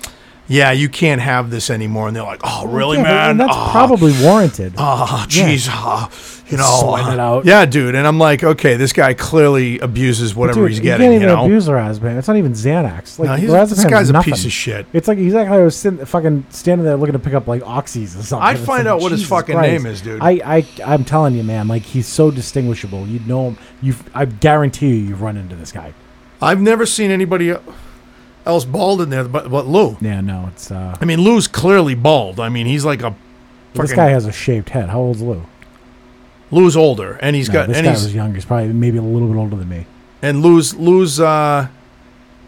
S2: yeah, you can't have this anymore," and they're like, "Oh, really,
S1: Yeah, but-
S2: man?"
S1: And that's
S2: oh,
S1: probably warranted.
S2: Oh, jeez, ah, you know,
S1: Sweating
S2: ah."
S1: it out.
S2: yeah, dude. And I'm like, okay, this guy clearly abuses whatever
S1: Dude,
S2: he's
S1: you
S2: getting.
S1: can't
S2: You,
S1: even
S2: know,
S1: abuse lorazepam. It's not even Xanax. Like
S2: No, he's-
S1: lorazepam
S2: this guy's
S1: is
S2: a
S1: nothing.
S2: piece of shit.
S1: It's like he's like I was sitting, fucking standing there looking to pick up like oxys or something.
S2: I'd
S1: It's
S2: find
S1: like,
S2: out what his
S1: Jesus
S2: fucking
S1: Christ.
S2: name is, dude.
S1: I, I, I'm telling you, man. Like he's so distinguishable. You'd know him. You, I guarantee you, you've run into this guy.
S2: I've never seen anybody else bald in there, but but Lou.
S1: Yeah, no, it's uh,
S2: I mean, Lou's clearly bald. I mean, he's like a
S1: this
S2: fucking
S1: guy has a shaved head. How old's Lou?
S2: Lou's older, and he's
S1: No,
S2: got
S1: this
S2: and
S1: guy
S2: he's
S1: was young. He's probably maybe a little bit older than me.
S2: and Lou's Lou's uh,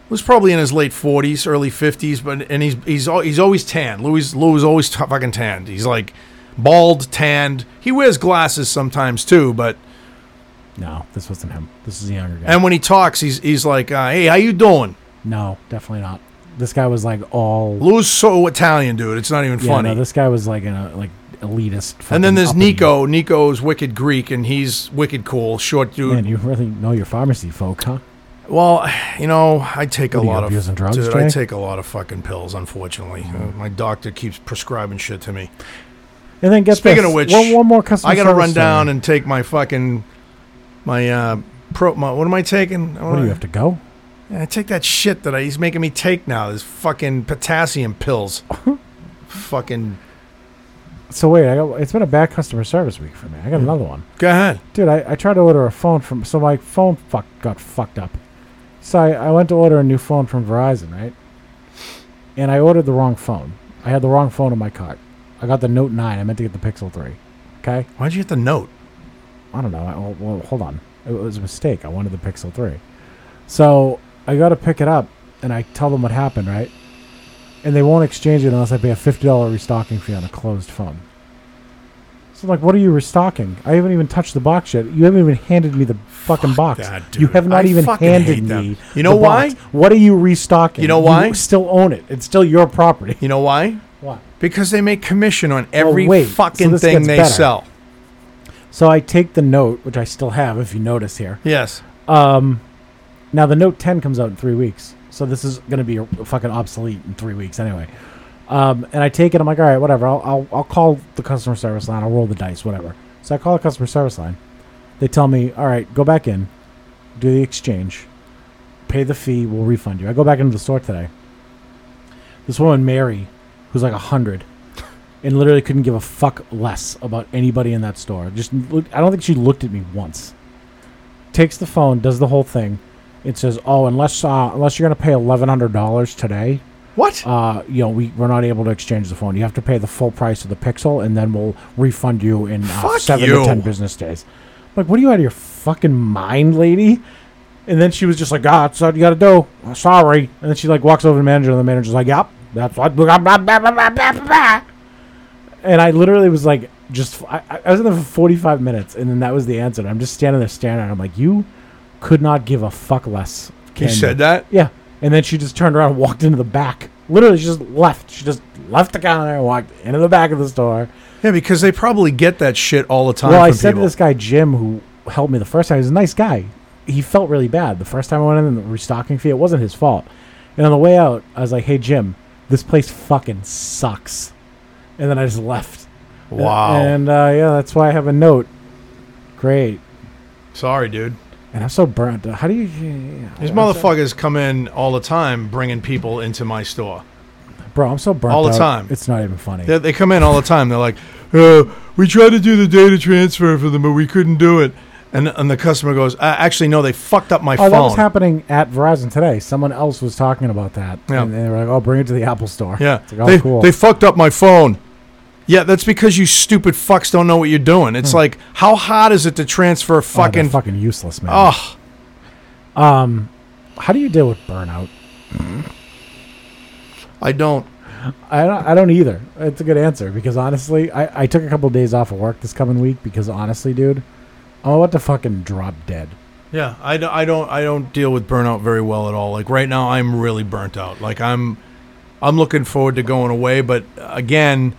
S2: was probably in his late forties, early fifties, but and he's he's al- he's always tan. Lou's Lou's always t- fucking tanned. He's like bald, tanned. He wears glasses sometimes too, but
S1: No, this wasn't him. This is a younger guy.
S2: and when he talks, he's he's like, uh, hey, how you doing?
S1: no, definitely not. This guy was like all
S2: Lou's so Italian, dude. It's not even
S1: yeah,
S2: funny.
S1: No, this guy was like in a like elitist.
S2: and
S1: fucking
S2: then there's
S1: uppity-
S2: Nico. Nico's wicked Greek, and he's wicked cool, short dude.
S1: Man, you really know your pharmacy folk, huh?
S2: Well, you know, I take a
S1: What are you
S2: lot of
S1: abusing drugs, Mm.
S2: dude,
S1: Jay?
S2: I take a lot of fucking pills, unfortunately. Uh, my doctor keeps prescribing shit to me.
S1: And then get
S2: Speaking
S1: this,
S2: of which,
S1: one, one more customer.
S2: I got to
S1: service
S2: run down
S1: story.
S2: and take my fucking my uh pro. My, what am I taking? I
S1: what do you have to go?
S2: I take that shit that I, he's making me take now. This fucking potassium pills. fucking
S1: So wait, I got, it's been a bad customer service week for me. I got another one,
S2: go ahead.
S1: dude. I, I tried to order a phone from, so my phone fuck got fucked up. So I, I went to order a new phone from Verizon, right? And I ordered the wrong phone. I had the wrong phone in my cart. I got the Note Nine. I meant to get the Pixel Three. Okay.
S2: Why'd you get the note?
S1: I don't know. I, well, well, hold on. It was a mistake. I wanted the Pixel 3. So I got to pick it up and I tell them what happened, right? And they won't exchange it unless I pay a $50 restocking fee on a closed phone. So I'm like, what are you restocking? I haven't even touched the box yet. You haven't even handed me the fucking box.
S2: that,
S1: You
S2: dude.
S1: have not
S2: I
S1: even
S2: fucking
S1: handed
S2: hate them.
S1: me.
S2: You know
S1: the box.
S2: why?
S1: What are you restocking?
S2: You know why?
S1: still own it. It's still your property.
S2: You know why?
S1: Why?
S2: Because they make commission on every
S1: wait, so
S2: fucking
S1: this
S2: thing
S1: gets
S2: they
S1: better.
S2: sell.
S1: So I take the note, which I still have, if you notice here.
S2: Yes.
S1: Now the Note 10 comes out in three weeks, so this is going to be fucking obsolete in three weeks anyway. Um, and I take it. I'm like, all right, whatever. I'll, I'll I'll call the customer service line. I'll roll the dice, whatever. So I call the customer service line. They tell me, all right, go back in, do the exchange, pay the fee. We'll refund you. I go back into the store today. This woman Mary, who's like a hundred, and literally couldn't give a fuck less about anybody in that store. Just look- I don't think she looked at me once. Takes the phone, does the whole thing. It says, "Oh, unless uh, unless you're gonna pay eleven hundred dollars today,
S2: What?
S1: uh, you know, we, we're not able to exchange the phone. You have to pay the full price of the Pixel, and then we'll refund you in uh,
S2: Fuck
S1: seven
S2: you.
S1: to ten business days. Like, what are you out of your fucking mind, lady? And then she was just like, ah, that's what you got to do. Uh, Sorry. And then she, like, walks over to the manager, and the manager's like, yep, that's what. Blah, blah, blah, blah, blah, blah, blah. And I literally was like, just, I, I- I was in there for 45 minutes, and then that was the answer. And I'm just standing there staring at her. I'm like, you could not give a fuck less.
S2: You
S1: can
S2: said that?
S1: yeah. And then she just turned around and walked into the back. Literally, she just left. She just left the counter and walked into the back of the store.
S2: Yeah, because they probably get that shit all the time.
S1: well, I
S2: from
S1: said
S2: people.
S1: to this uh, guy, Jim, who helped me the first time, he's a nice guy. He felt really bad. The first time I went in, the restocking fee, it wasn't his fault. And on the way out, I was like, hey, Jim, this place fucking sucks. and then I just left.
S2: Wow.
S1: And uh, yeah, that's why I have a note. Great.
S2: Sorry, dude.
S1: And I'm so burnt. How do you? yeah,
S2: These
S1: I'm so-
S2: motherfuckers come in all the time, bringing people into my store.
S1: bro. I'm so burnt
S2: all the
S1: out.
S2: time.
S1: It's not even funny.
S2: They, they come in all the time. They're like, uh, "We tried to do the data transfer for them, but we couldn't do it." And and the customer goes, uh, "Actually, no. They fucked up my
S1: Oh,
S2: phone."
S1: that was happening at Verizon today. Someone else was talking about that,
S2: Yeah.
S1: and they were like, "Oh, bring it to the Apple Store."
S2: Yeah.
S1: It's like, oh,
S2: they,
S1: cool.
S2: they fucked up my phone. Yeah, that's because you stupid fucks don't know what you're doing. It's like, how hard is it to transfer
S1: Hmm. Oh, they're
S2: fucking.
S1: fucking useless, man.
S2: oh,
S1: How do you deal with burnout?
S2: I don't.
S1: I don't, I don't either. It's a good answer because honestly, I, I took a couple days off of work this coming week because honestly, dude, I'm about to fucking drop dead.
S2: Yeah, I, do- I don't I don't deal with burnout very well at all. Like right now, I'm really burnt out. Like I'm I'm looking forward to going away, but again,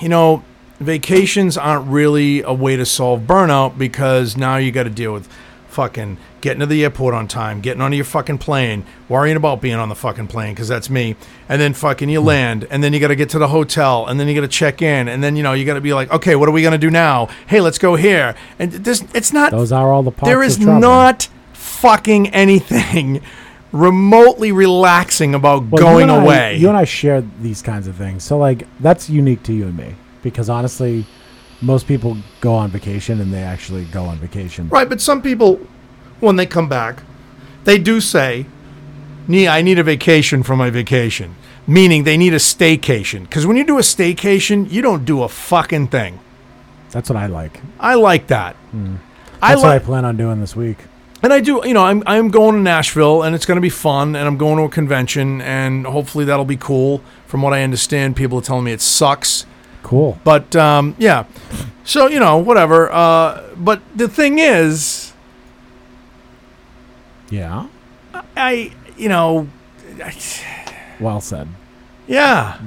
S2: you know, vacations aren't really a way to solve burnout because now you got to deal with fucking getting to the airport on time, getting onto your fucking plane, worrying about being on the fucking plane because that's me, and then fucking you land, and then you got to get to the hotel, and then you got to check in, and then you know you got to be like, okay, what are we gonna do now? Hey, let's go here, and this it's not
S1: Those are all the parts.
S2: there is
S1: of trouble.
S2: not fucking anything remotely relaxing about
S1: Well, you
S2: going
S1: and I-
S2: away.
S1: you and I share these kinds of things, so like that's unique to you and me because honestly, most people go on vacation and they actually go on vacation.
S2: right, but some people, when they come back, they do say, "Nee, I need a vacation from my vacation," meaning they need a staycation. Because when you do a staycation, you don't do a fucking thing.
S1: That's what I like.
S2: I like that. I
S1: Hmm. That's what I
S2: like,
S1: plan on doing this week.
S2: and I do. You know, I'm I'm going to Nashville, and it's going to be fun, and I'm going to a convention, and hopefully that'll be cool. From what I understand, people are telling me it sucks.
S1: Cool.
S2: But um, yeah, so you know, whatever. Uh, but the thing is,
S1: Yeah.
S2: I you know,
S1: Well said.
S2: yeah,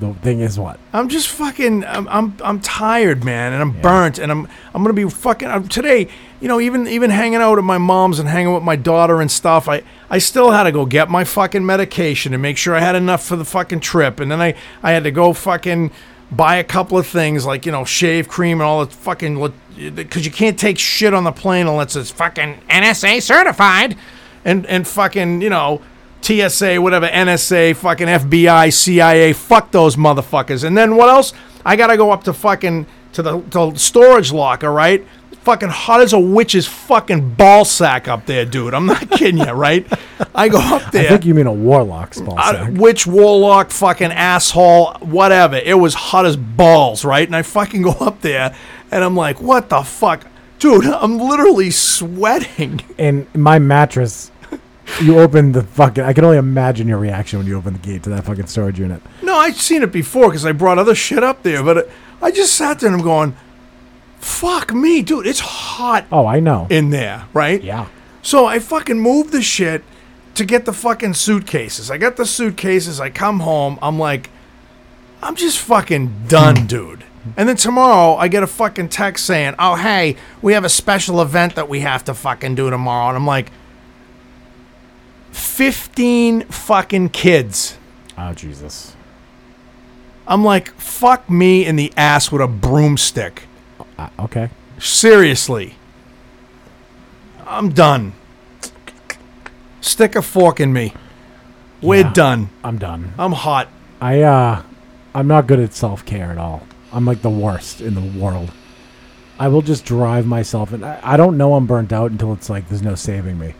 S1: The thing is, what?
S2: I'm just fucking. I'm I'm, I'm tired, man, and I'm burnt, and I'm I'm gonna be fucking I'm, today. You know, even even hanging out at my mom's and hanging with my daughter and stuff. I I still had to go get my fucking medication and make sure I had enough for the fucking trip, and then I I had to go fucking buy a couple of things like you know shave cream and all the fucking because you can't take shit on the plane unless it's fucking NSA certified, and and fucking you know TSA, whatever, NSA, fucking FBI, CIA, fuck those motherfuckers. And then what else? I gotta go up to fucking to the to storage locker, right? Fucking hot as a witch's fucking ball sack up there, dude. I'm not kidding you, right? I go up there.
S1: I think you mean a warlock's ball
S2: I-
S1: sack.
S2: Which warlock, fucking asshole, whatever. It was hot as balls, right? And I fucking go up there and I'm like, what the fuck? Dude, I'm literally sweating.
S1: And my mattress. You opened the fucking. I can only imagine your reaction when you opened the gate to that fucking storage unit.
S2: No, I'd seen it before because I brought other shit up there, but I just sat there and I'm going, fuck me, dude, it's hot
S1: Oh, I know.
S2: in there, right?
S1: yeah.
S2: So I fucking moved the shit to get the fucking suitcases. I got the suitcases. I come home. I'm like, I'm just fucking done, dude. And then tomorrow I get a fucking text saying, oh, hey, we have a special event that we have to fucking do tomorrow. And I'm like, 15 fucking kids.
S1: Oh Jesus.
S2: I'm like, fuck me in the ass with a broomstick.
S1: Uh, okay.
S2: Seriously. I'm done. Stick a fork in me. We're
S1: Yeah.
S2: done.
S1: I'm done.
S2: I'm hot.
S1: I uh, I'm not good at self care at all. I'm like the worst in the world. I will just drive myself, and I, I don't know I'm burnt out until it's like there's no saving me.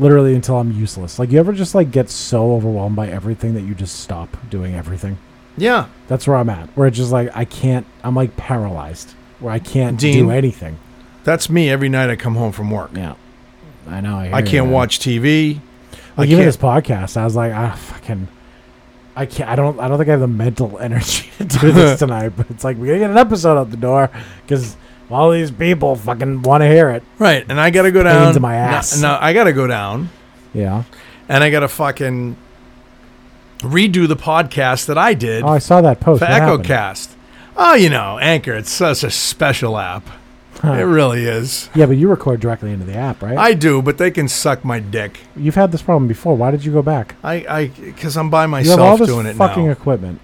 S1: Literally until I'm useless. Like you ever just like get so overwhelmed by everything that you just stop doing everything.
S2: Yeah.
S1: That's where I'm at. Where it's just like I can't. I'm like paralyzed. Where I can't
S2: Dean.
S1: do anything.
S2: That's me every night I come home from work.
S1: Yeah, I know. I, hear
S2: I
S1: you,
S2: can't
S1: man.
S2: watch TV.
S1: Like
S2: I
S1: even
S2: can't-
S1: this podcast, I was like, ah, fucking. I can't. I don't. I don't think I have the mental energy to do this tonight. But it's like we gotta get an episode out the door because all these people fucking want to hear it.
S2: Right. And I got to go down.
S1: in my ass.
S2: No, no, I got to go down
S1: Yeah.
S2: and I got to fucking redo the podcast that I did
S1: Oh, I saw that post.
S2: for
S1: What happened?
S2: EchoCast. Oh, you know, Anchor. It's such a special app. It really is.
S1: Yeah, but you record directly into the app, right?
S2: I do, but they can suck my dick.
S1: You've had this problem before. Why did you go back?
S2: I, I, because I'm by
S1: You have all
S2: myself
S1: this
S2: doing it
S1: fucking
S2: now.
S1: equipment.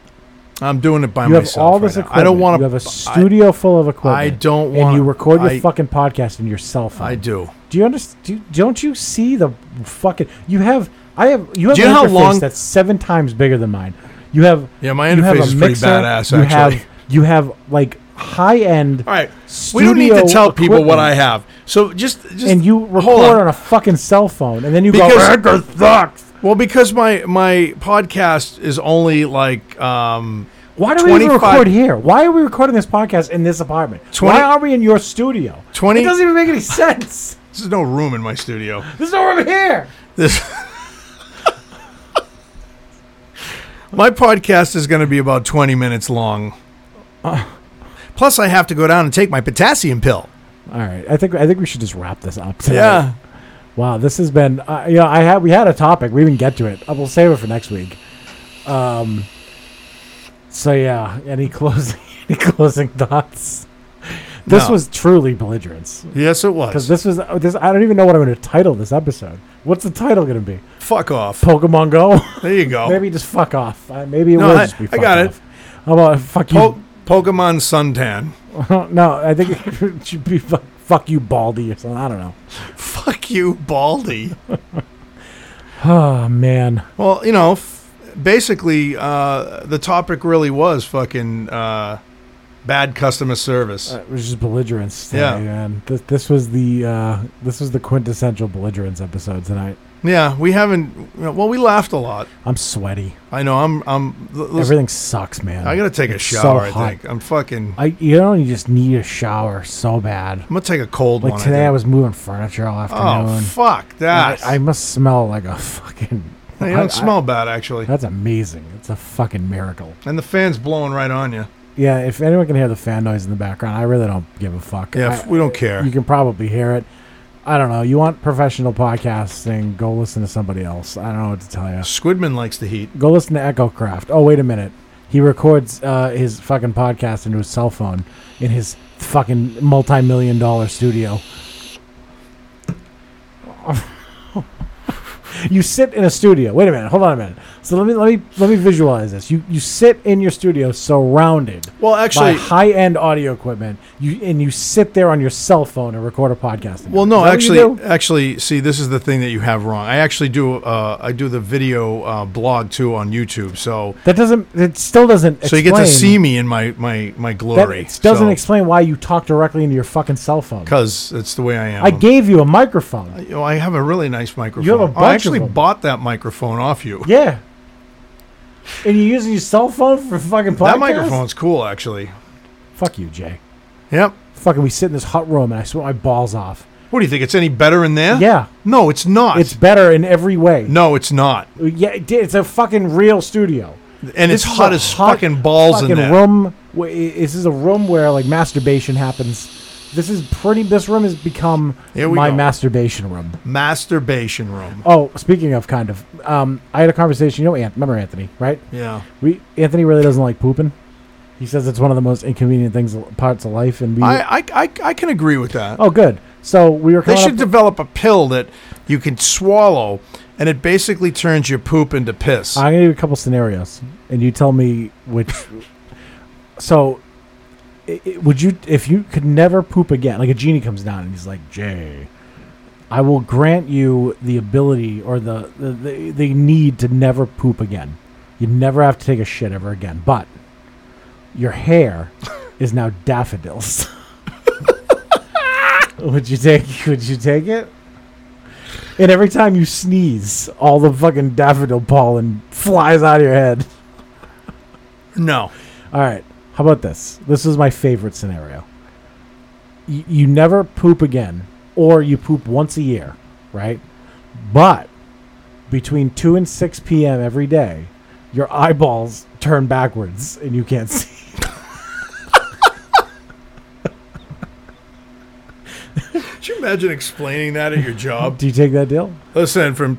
S2: I'm doing it by
S1: You have
S2: myself.
S1: all
S2: right
S1: this
S2: now.
S1: equipment.
S2: I don't want
S1: You have
S2: to.
S1: a studio full of equipment.
S2: I don't
S1: And
S2: wanna-
S1: you record your
S2: I-
S1: fucking podcast in your cell phone.
S2: I do.
S1: Do you understand? Do, don't you see the fucking? You have. I have. You have
S2: Do you
S1: an
S2: know how
S1: interface
S2: long-
S1: that's seven times bigger than mine. You have.
S2: Yeah, my
S1: you have
S2: interface
S1: a
S2: is pretty
S1: mixer,
S2: badass,
S1: You
S2: actually.
S1: have. You have like high end.
S2: All right. We don't need to
S1: studio
S2: tell people
S1: equipment.
S2: what I have. So just, just
S1: And you
S2: hold
S1: record on. a fucking cell phone, and then you
S2: Because-
S1: go. "Record sucks."
S2: Well, because my my podcast is only like um
S1: Why do we even
S2: 25
S1: record here? Why are we recording this podcast in this apartment?
S2: 20
S1: Why are we in your studio?
S2: 20
S1: It doesn't even make any sense.
S2: This is no room in my studio.
S1: There's no room here.
S2: This My podcast is going to be about 20 minutes long. Plus I have to go down and take my potassium pill.
S1: All right, I think I think we should just wrap this up. Tonight. Wow, this has been uh, you know I had we had a topic we didn't get to it. I will save it for next week. Um. So yeah, any closing any closing thoughts? This
S2: No.
S1: was truly belligerence
S2: Yes it
S1: because
S2: was.
S1: this was uh, this. I don't even know what I'm going to title this episode. What's the title going to be?
S2: Fuck off.
S1: Pokemon Go?
S2: There you go.
S1: Maybe just fuck off. Uh, maybe it
S2: Oh. No,
S1: will
S2: I-
S1: just be.
S2: I
S1: fuck
S2: got it.
S1: off. How about fuck you?
S2: Po- Pokemon suntan.
S1: no, I think it should be fuck, fuck you, Baldy or something. I don't know.
S2: Fuck you, Baldy.
S1: Oh man.
S2: Well, you know, f- basically, uh, the topic really was fucking uh, bad customer service.
S1: It was just belligerence.
S2: Yeah.
S1: Tonight, man. This, this was the uh, this was the quintessential belligerence episode tonight.
S2: yeah, we haven't. you know, Well, we laughed a lot.
S1: I'm sweaty.
S2: I know. I'm. I'm. l- Listen,
S1: Everything sucks, man.
S2: I gotta take a
S1: It's
S2: shower.
S1: So
S2: I
S1: hot.
S2: think I'm fucking. I'm
S1: I you know you just need a shower so bad.
S2: gonna take a cold
S1: Like
S2: one.
S1: today, I
S2: I think.
S1: was moving furniture all
S2: Oh
S1: afternoon.
S2: fuck
S1: I,
S2: that!
S1: I must smell like a fucking.
S2: you
S1: I-
S2: don't
S1: I-
S2: smell bad actually,
S1: that's amazing. It's a fucking miracle.
S2: and the fan's blowing right on you.
S1: Yeah, if anyone can hear the fan noise in the background, I really don't give a fuck.
S2: Yeah,
S1: I-
S2: f- we don't care.
S1: you can probably hear it. I don't know. You want professional podcasting? Go listen to somebody else. I don't know what to tell you.
S2: Squidman likes the heat.
S1: Go listen to Echo Craft. Oh, wait a minute. He records uh, his fucking podcast into his cell phone in his fucking multi-million dollar studio. you sit in a studio. Wait a minute. Hold on a minute. So let me let me let me visualize this. You you sit in your studio surrounded
S2: Well,
S1: by
S2: actually,
S1: high-end audio equipment. You and you sit there on your cell phone and record a podcast.
S2: Well,
S1: Is
S2: no,
S1: that what you
S2: actually,
S1: do?
S2: actually, see, this is the thing that you have wrong. I actually do, uh, I do the video uh, blog too on YouTube, so
S1: that doesn't. It still doesn't.
S2: so you get to
S1: explain-
S2: see me in my my my
S1: That
S2: glory.
S1: it doesn't explain why you talk directly into your fucking cell phone.
S2: because it's the way I am.
S1: I gave you a microphone.
S2: You know, I have a really nice microphone.
S1: You have a bunch of
S2: I actually
S1: them.
S2: bought that microphone off you.
S1: Yeah. And you're using your cell phone for fucking podcast.
S2: that microphone's cool, actually.
S1: Fuck you, Jay.
S2: Yep.
S1: Fucking, we sit in this hot room and I sweat my balls off.
S2: What do you think? It's any better in there?
S1: Yeah.
S2: No, it's not.
S1: It's better in every way.
S2: no, it's not.
S1: Yeah, it did- it's a fucking real studio.
S2: And it's
S1: This is
S2: hot
S1: a
S2: as
S1: hot
S2: fucking balls in
S1: fucking
S2: there.
S1: room. wh- i- This is a room where like masturbation happens. This is pretty. This room has become
S2: Here we
S1: my
S2: go.
S1: masturbation room.
S2: Masturbation room.
S1: Oh, speaking of kind of, um, I had a conversation. You know, Ant, remember Anthony, right?
S2: Yeah.
S1: We Anthony really doesn't like pooping. He says it's one of the most inconvenient things parts of life, and we.
S2: I, I, I, I can agree with that.
S1: oh, good. So we were.
S2: They
S1: coming
S2: should
S1: up-
S2: develop a pill that you can swallow, and it basically turns your poop into piss.
S1: I'm gonna give you a couple scenarios, and you tell me which. so, i i would you if you could never poop again? Like a genie comes down and he's like, Jay, I will grant you the ability or the the, the, the need to never poop again. You never have to take a shit ever again, but your hair is now daffodils. would you take? Would you take it? And every time you sneeze, all the fucking daffodil pollen flies out of your head.
S2: no,
S1: All right, how about this? This is my favorite scenario. Y- you never poop again, or you poop once a year, right? But between 2 and 6 p.m. every day, your eyeballs turn backwards and you can't see.
S2: could you imagine explaining that at your job?
S1: Do you take that deal?
S2: Listen, from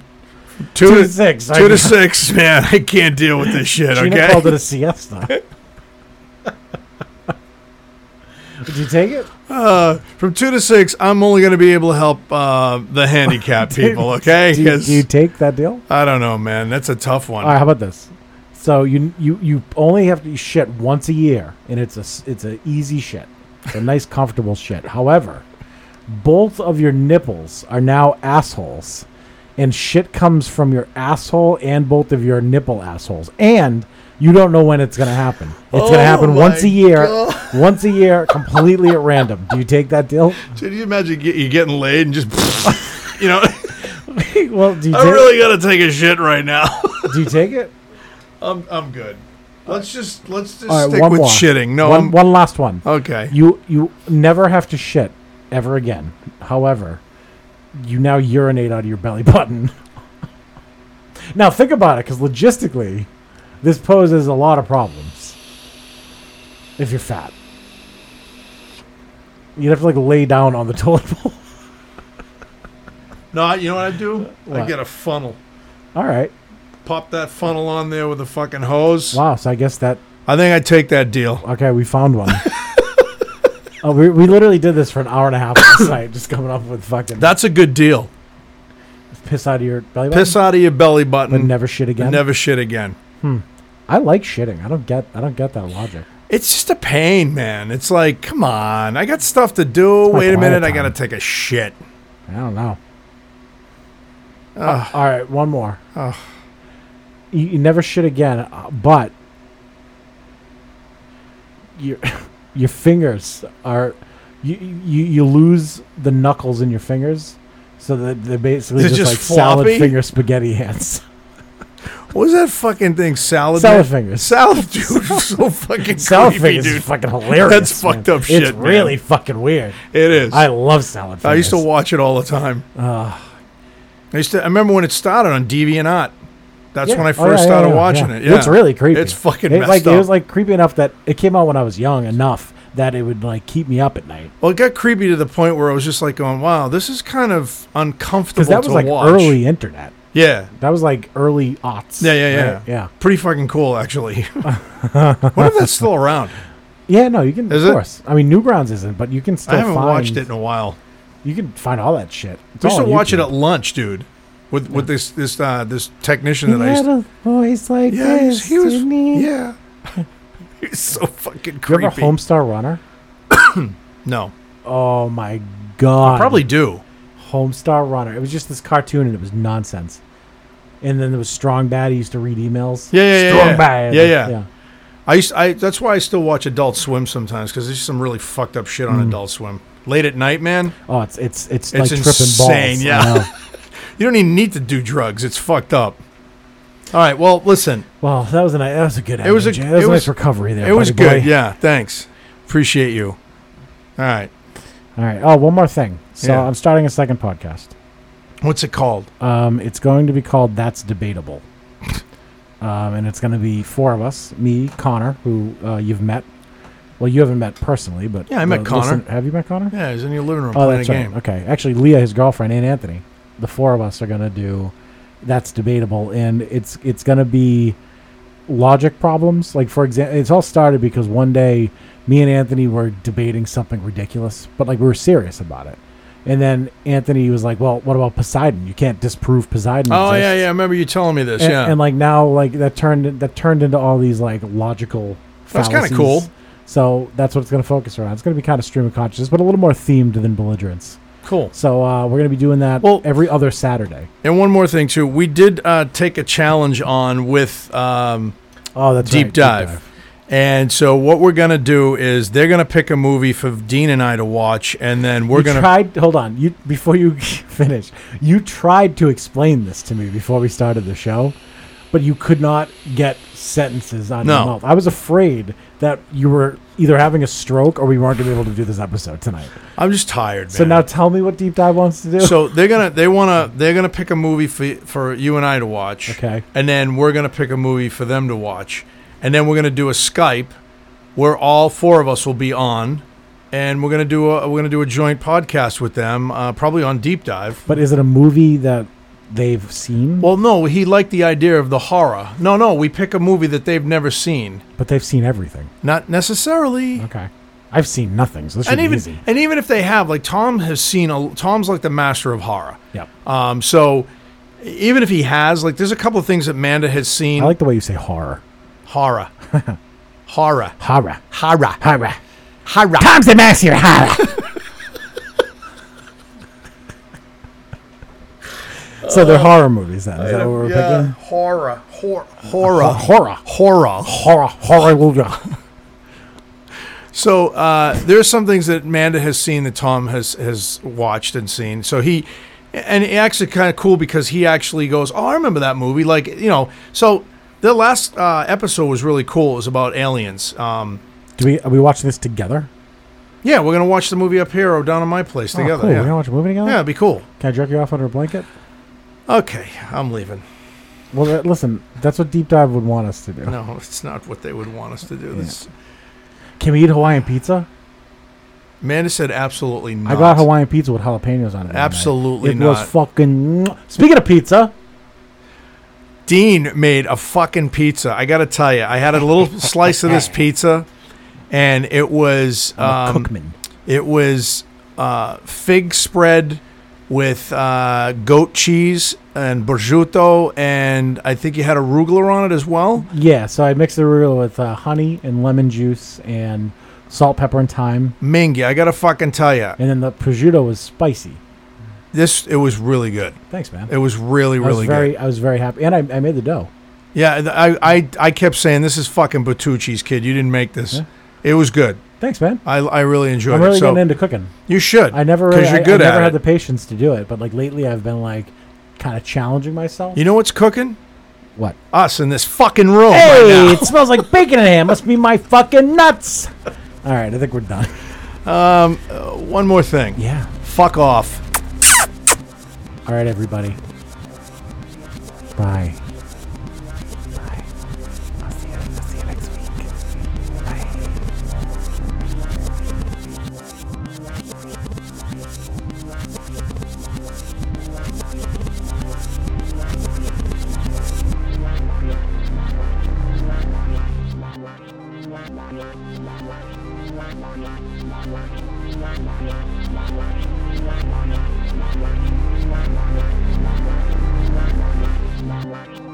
S2: two, to
S1: six.
S2: two to
S1: I-
S2: six, man, I can't deal with this shit.
S1: Gina
S2: okay,
S1: called it a siesta. Would you take it?
S2: uh, from two to six, I'm only going to be able to help uh, the handicapped people. Okay,
S1: Do you,
S2: 'Cause
S1: do you take that deal?
S2: I don't know, man, that's a tough one.
S1: All right, how about this? So you you you only have to shit once a year, and it's a s- it's a easy shit. It's a nice, comfortable shit. However, both of your nipples are now assholes, and shit comes from your asshole and both of your nipple assholes, and you don't know when it's gonna happen. It's
S2: Oh
S1: gonna happen once
S2: my
S1: a year,
S2: God.
S1: once a year, completely at random. Do you take that deal?
S2: So do you imagine get, you getting laid and just, you know,
S1: well, do you,
S2: I
S1: take,
S2: really gotta take a shit right now.
S1: do you take it?
S2: I'm, I'm good. Let's just let's just
S1: All right,
S2: stick
S1: one
S2: with
S1: more.
S2: shitting. No,
S1: one,
S2: I'm
S1: one last one.
S2: okay.
S1: You you never have to shit ever again. However, you now urinate out of your belly button. now think about it, because logistically, this poses a lot of problems. If you're fat, you'd have to like lay down on the toilet bowl.
S2: No, you know what I do? I
S1: What?
S2: get a funnel.
S1: All right.
S2: Pop that funnel on there with a fucking hose.
S1: Wow. So I guess that
S2: I think I take that deal.
S1: okay. We found one. oh, we we literally did this for an hour and a half last night, just coming up with fucking
S2: That's a good deal.
S1: piss out of your belly button.
S2: Piss out of your belly
S1: but
S2: button.
S1: never shit again.
S2: and never shit again.
S1: I like shitting. I don't get. I don't get that logic.
S2: It's just a pain, man. It's like, come on, I got stuff to do.
S1: my
S2: Wait a
S1: quiet
S2: minute, I
S1: time.
S2: gotta take a shit.
S1: I don't know. Uh,
S2: Ugh.
S1: All right, one more.
S2: Ugh.
S1: You, you never shit again, uh, but your your fingers are you you you lose the knuckles in your fingers, so that they're basically
S2: They're
S1: just,
S2: just
S1: like salad
S2: floppy?
S1: finger spaghetti hands.
S2: What was that fucking thing? Salad.
S1: salad
S2: man?
S1: fingers.
S2: Salad, dude. so fucking
S1: Salad
S2: creepy,
S1: fingers
S2: dude.
S1: is fucking hilarious.
S2: That's fucked
S1: man.
S2: up shit,
S1: It's
S2: man.
S1: really fucking weird.
S2: It is.
S1: I love salad fingers.
S2: I used to watch it all the time. I used to. I remember when it started on DeviantArt. That's
S1: Yeah.
S2: when I first
S1: Oh, yeah, yeah,
S2: started
S1: yeah,
S2: watching
S1: yeah.
S2: it. Yeah.
S1: It's really creepy.
S2: It's fucking
S1: it,
S2: messed
S1: like,
S2: up.
S1: It was like creepy enough that it came out when I was young enough that it would like keep me up at night
S2: well, it got creepy to the point where I was just like going, "Wow, this is kind of uncomfortable
S1: because that was
S2: to
S1: like
S2: watch."
S1: early internet.
S2: Yeah,
S1: That was like early aughts.
S2: Yeah, yeah, yeah.
S1: right? yeah,
S2: pretty fucking cool actually. Wonder if that's still around.
S1: yeah. No, you can
S2: Is
S1: of
S2: it?
S1: course. I mean, Newgrounds isn't, but you can still.
S2: I haven't
S1: find,
S2: watched it in a while.
S1: You can find all that shit. It's
S2: I used
S1: all
S2: to
S1: on
S2: watch it
S1: YouTube.
S2: at lunch, dude, with with this this uh, this technician
S1: He
S2: that I used.
S1: had
S2: To,
S1: a voice like
S2: yeah, he was,
S1: this.
S2: he was
S1: didn't he?
S2: yeah. he was so fucking
S1: You ever
S2: creepy.
S1: Homestar Runner?
S2: no,
S1: Oh my god!
S2: probably do.
S1: Homestar Runner. It was just this cartoon, and it was nonsense. And then there was Strong Bad. He used to read emails.
S2: Yeah, yeah, yeah,
S1: Strong
S2: yeah.
S1: Bad.
S2: Yeah, yeah. I used I that's why I still watch Adult Swim sometimes because there's some really fucked up shit
S1: Hmm.
S2: on Adult Swim. Late at night, man.
S1: Oh, it's it's it's,
S2: It's
S1: like tripping balls.
S2: insane,
S1: I
S2: yeah.
S1: know.
S2: You don't even need to do drugs. It's fucked up. All right. Well, listen.
S1: Well, that was a nice, that was a good.
S2: It was a-
S1: ending, Jay. that was
S2: it
S1: a
S2: was-
S1: nice recovery there.
S2: it was
S1: buddy
S2: good.
S1: boy.
S2: Yeah. Thanks. Appreciate you. All right.
S1: All right. Oh, one more thing. So
S2: Yeah.
S1: I'm starting a second podcast.
S2: What's it called?
S1: Um, it's going to be called "That's Debatable," um, and it's going to be four of us: me, Connor, who uh, you've met. Well, you haven't met personally, but
S2: Yeah, I met
S1: the
S2: Connor.
S1: listen- have you met Connor?
S2: Yeah, he's in your living room
S1: Oh,
S2: playing a
S1: that's right.
S2: game.
S1: Okay. Actually, Leah, his girlfriend, and Anthony, the four of us are going to do. That's debatable, and it's it's going to be logic problems. Like for example, it's all started because one day me and Anthony were debating something ridiculous, but like we were serious about it. And then Anthony was like, "Well, what about Poseidon? You can't disprove Poseidon."
S2: Oh yeah,
S1: exists."
S2: yeah. I remember you telling me this.
S1: And,
S2: yeah.
S1: and like now, like that turned that turned into all these like logical.
S2: That's kinda
S1: fallacies.
S2: cool.
S1: So that's what it's going to focus around. It's going to be kind of stream of consciousness, but a little more themed than belligerence.
S2: cool.
S1: So uh, we're gonna be doing that
S2: Well-
S1: every other Saturday.
S2: And one more thing too. We did uh, take a challenge on with. Um,
S1: Oh, that's
S2: deep, dive. And so what we're gonna do is they're gonna pick a movie for Dean and I to watch, and then we're
S1: We're
S2: gonna.
S1: gonna tried. Hold on, you before you finish, you tried to explain this to me before we started the show, but you could not get sentences out of
S2: No.
S1: your mouth. I was afraid that you were either having a stroke or we weren't gonna be able to do this episode tonight.
S2: I'm just tired, man.
S1: So now tell me what deep dive wants to do.
S2: so they're gonna they wanna they're gonna pick a movie for for you and I to watch.
S1: Okay.
S2: And then we're gonna pick a movie for them to watch, and then we're gonna do a Skype where all four of us will be on, and we're gonna do a we're gonna do a joint podcast with them, uh, probably on deep dive.
S1: but is it a movie that they've seen?
S2: Well, no, he liked the idea of the horror. No, no, we pick a movie that they've never seen.
S1: but they've seen everything.
S2: Not necessarily.
S1: Okay, I've seen nothing, so this should
S2: and
S1: be
S2: even
S1: easy.
S2: and even if they have, like Tom has seen, a, Tom's like the master of horror.
S1: Yep.
S2: Um, so even if he has, like, there's a couple of things that Manda has seen.
S1: I like the way you say horror.
S2: Horror. Horror.
S1: Hara.
S2: Horror.
S1: Hara.
S2: Horror.
S1: Tom's the master. Hara. so they're horror movies then. Is that what we're
S2: yeah,
S1: picking?
S2: horror. Hor- horror.
S1: Horror.
S2: Horror.
S1: Horror. Horror.
S2: So uh, there's some things that Amanda has seen that Tom has has watched and seen. So he, and it actually kind of cool because he actually goes, "Oh, I remember that movie." Like you know, so the last uh, episode was really cool. It was about aliens. Um,
S1: Do we are we watching this together?
S2: yeah, we're gonna watch the movie up here or down at my place
S1: Oh,
S2: together.
S1: cool. We're
S2: Yeah,
S1: gonna watch a movie together.
S2: yeah, it'd be cool.
S1: Can I jerk you off under a blanket?
S2: Okay, I'm leaving.
S1: Well, that- listen, that's what Deep Dive would want us to do.
S2: No, it's not what they would want us to do. This
S1: Can we eat Hawaiian pizza?
S2: Amanda said absolutely not.
S1: I got Hawaiian pizza with jalapenos on it. one night.
S2: Absolutely
S1: it
S2: not.
S1: was fucking. Speaking of pizza,
S2: Dean made a fucking pizza. I gotta tell you, I had a little slice of this pizza, and it was
S1: I'm a
S2: um,
S1: Cookman.
S2: it was uh, fig spread with uh, goat cheese and prosciutto, and I think you had arugula on it as well.
S1: Yeah, so I mixed the arugula with uh, honey and lemon juice and salt, pepper, and thyme,
S2: Mingy, I gotta fucking tell you,
S1: and then the prosciutto was spicy.
S2: this it was really good.
S1: Thanks, man.
S2: It was really
S1: I was
S2: really
S1: very,
S2: good.
S1: I was very happy, and I, I made the dough.
S2: Yeah, th- I, I I kept saying this is fucking Bertucci's kid. You didn't make this.
S1: Yeah.
S2: It was good.
S1: Thanks, man.
S2: I, I really enjoyed
S1: I'm really
S2: it. So
S1: getting into cooking.
S2: you should.
S1: I never, really,
S2: because you're good
S1: I, I
S2: at
S1: never
S2: it.
S1: had the patience to do it, but like lately, I've been like kind of challenging myself.
S2: You know what's cooking?
S1: what?
S2: Us in this fucking room
S1: Hey,
S2: right
S1: it smells like bacon and ham. Must be my fucking nuts. All right, I think we're done.
S2: now. One more thing.
S1: Yeah.
S2: Fuck off.
S1: All right, everybody. Bye.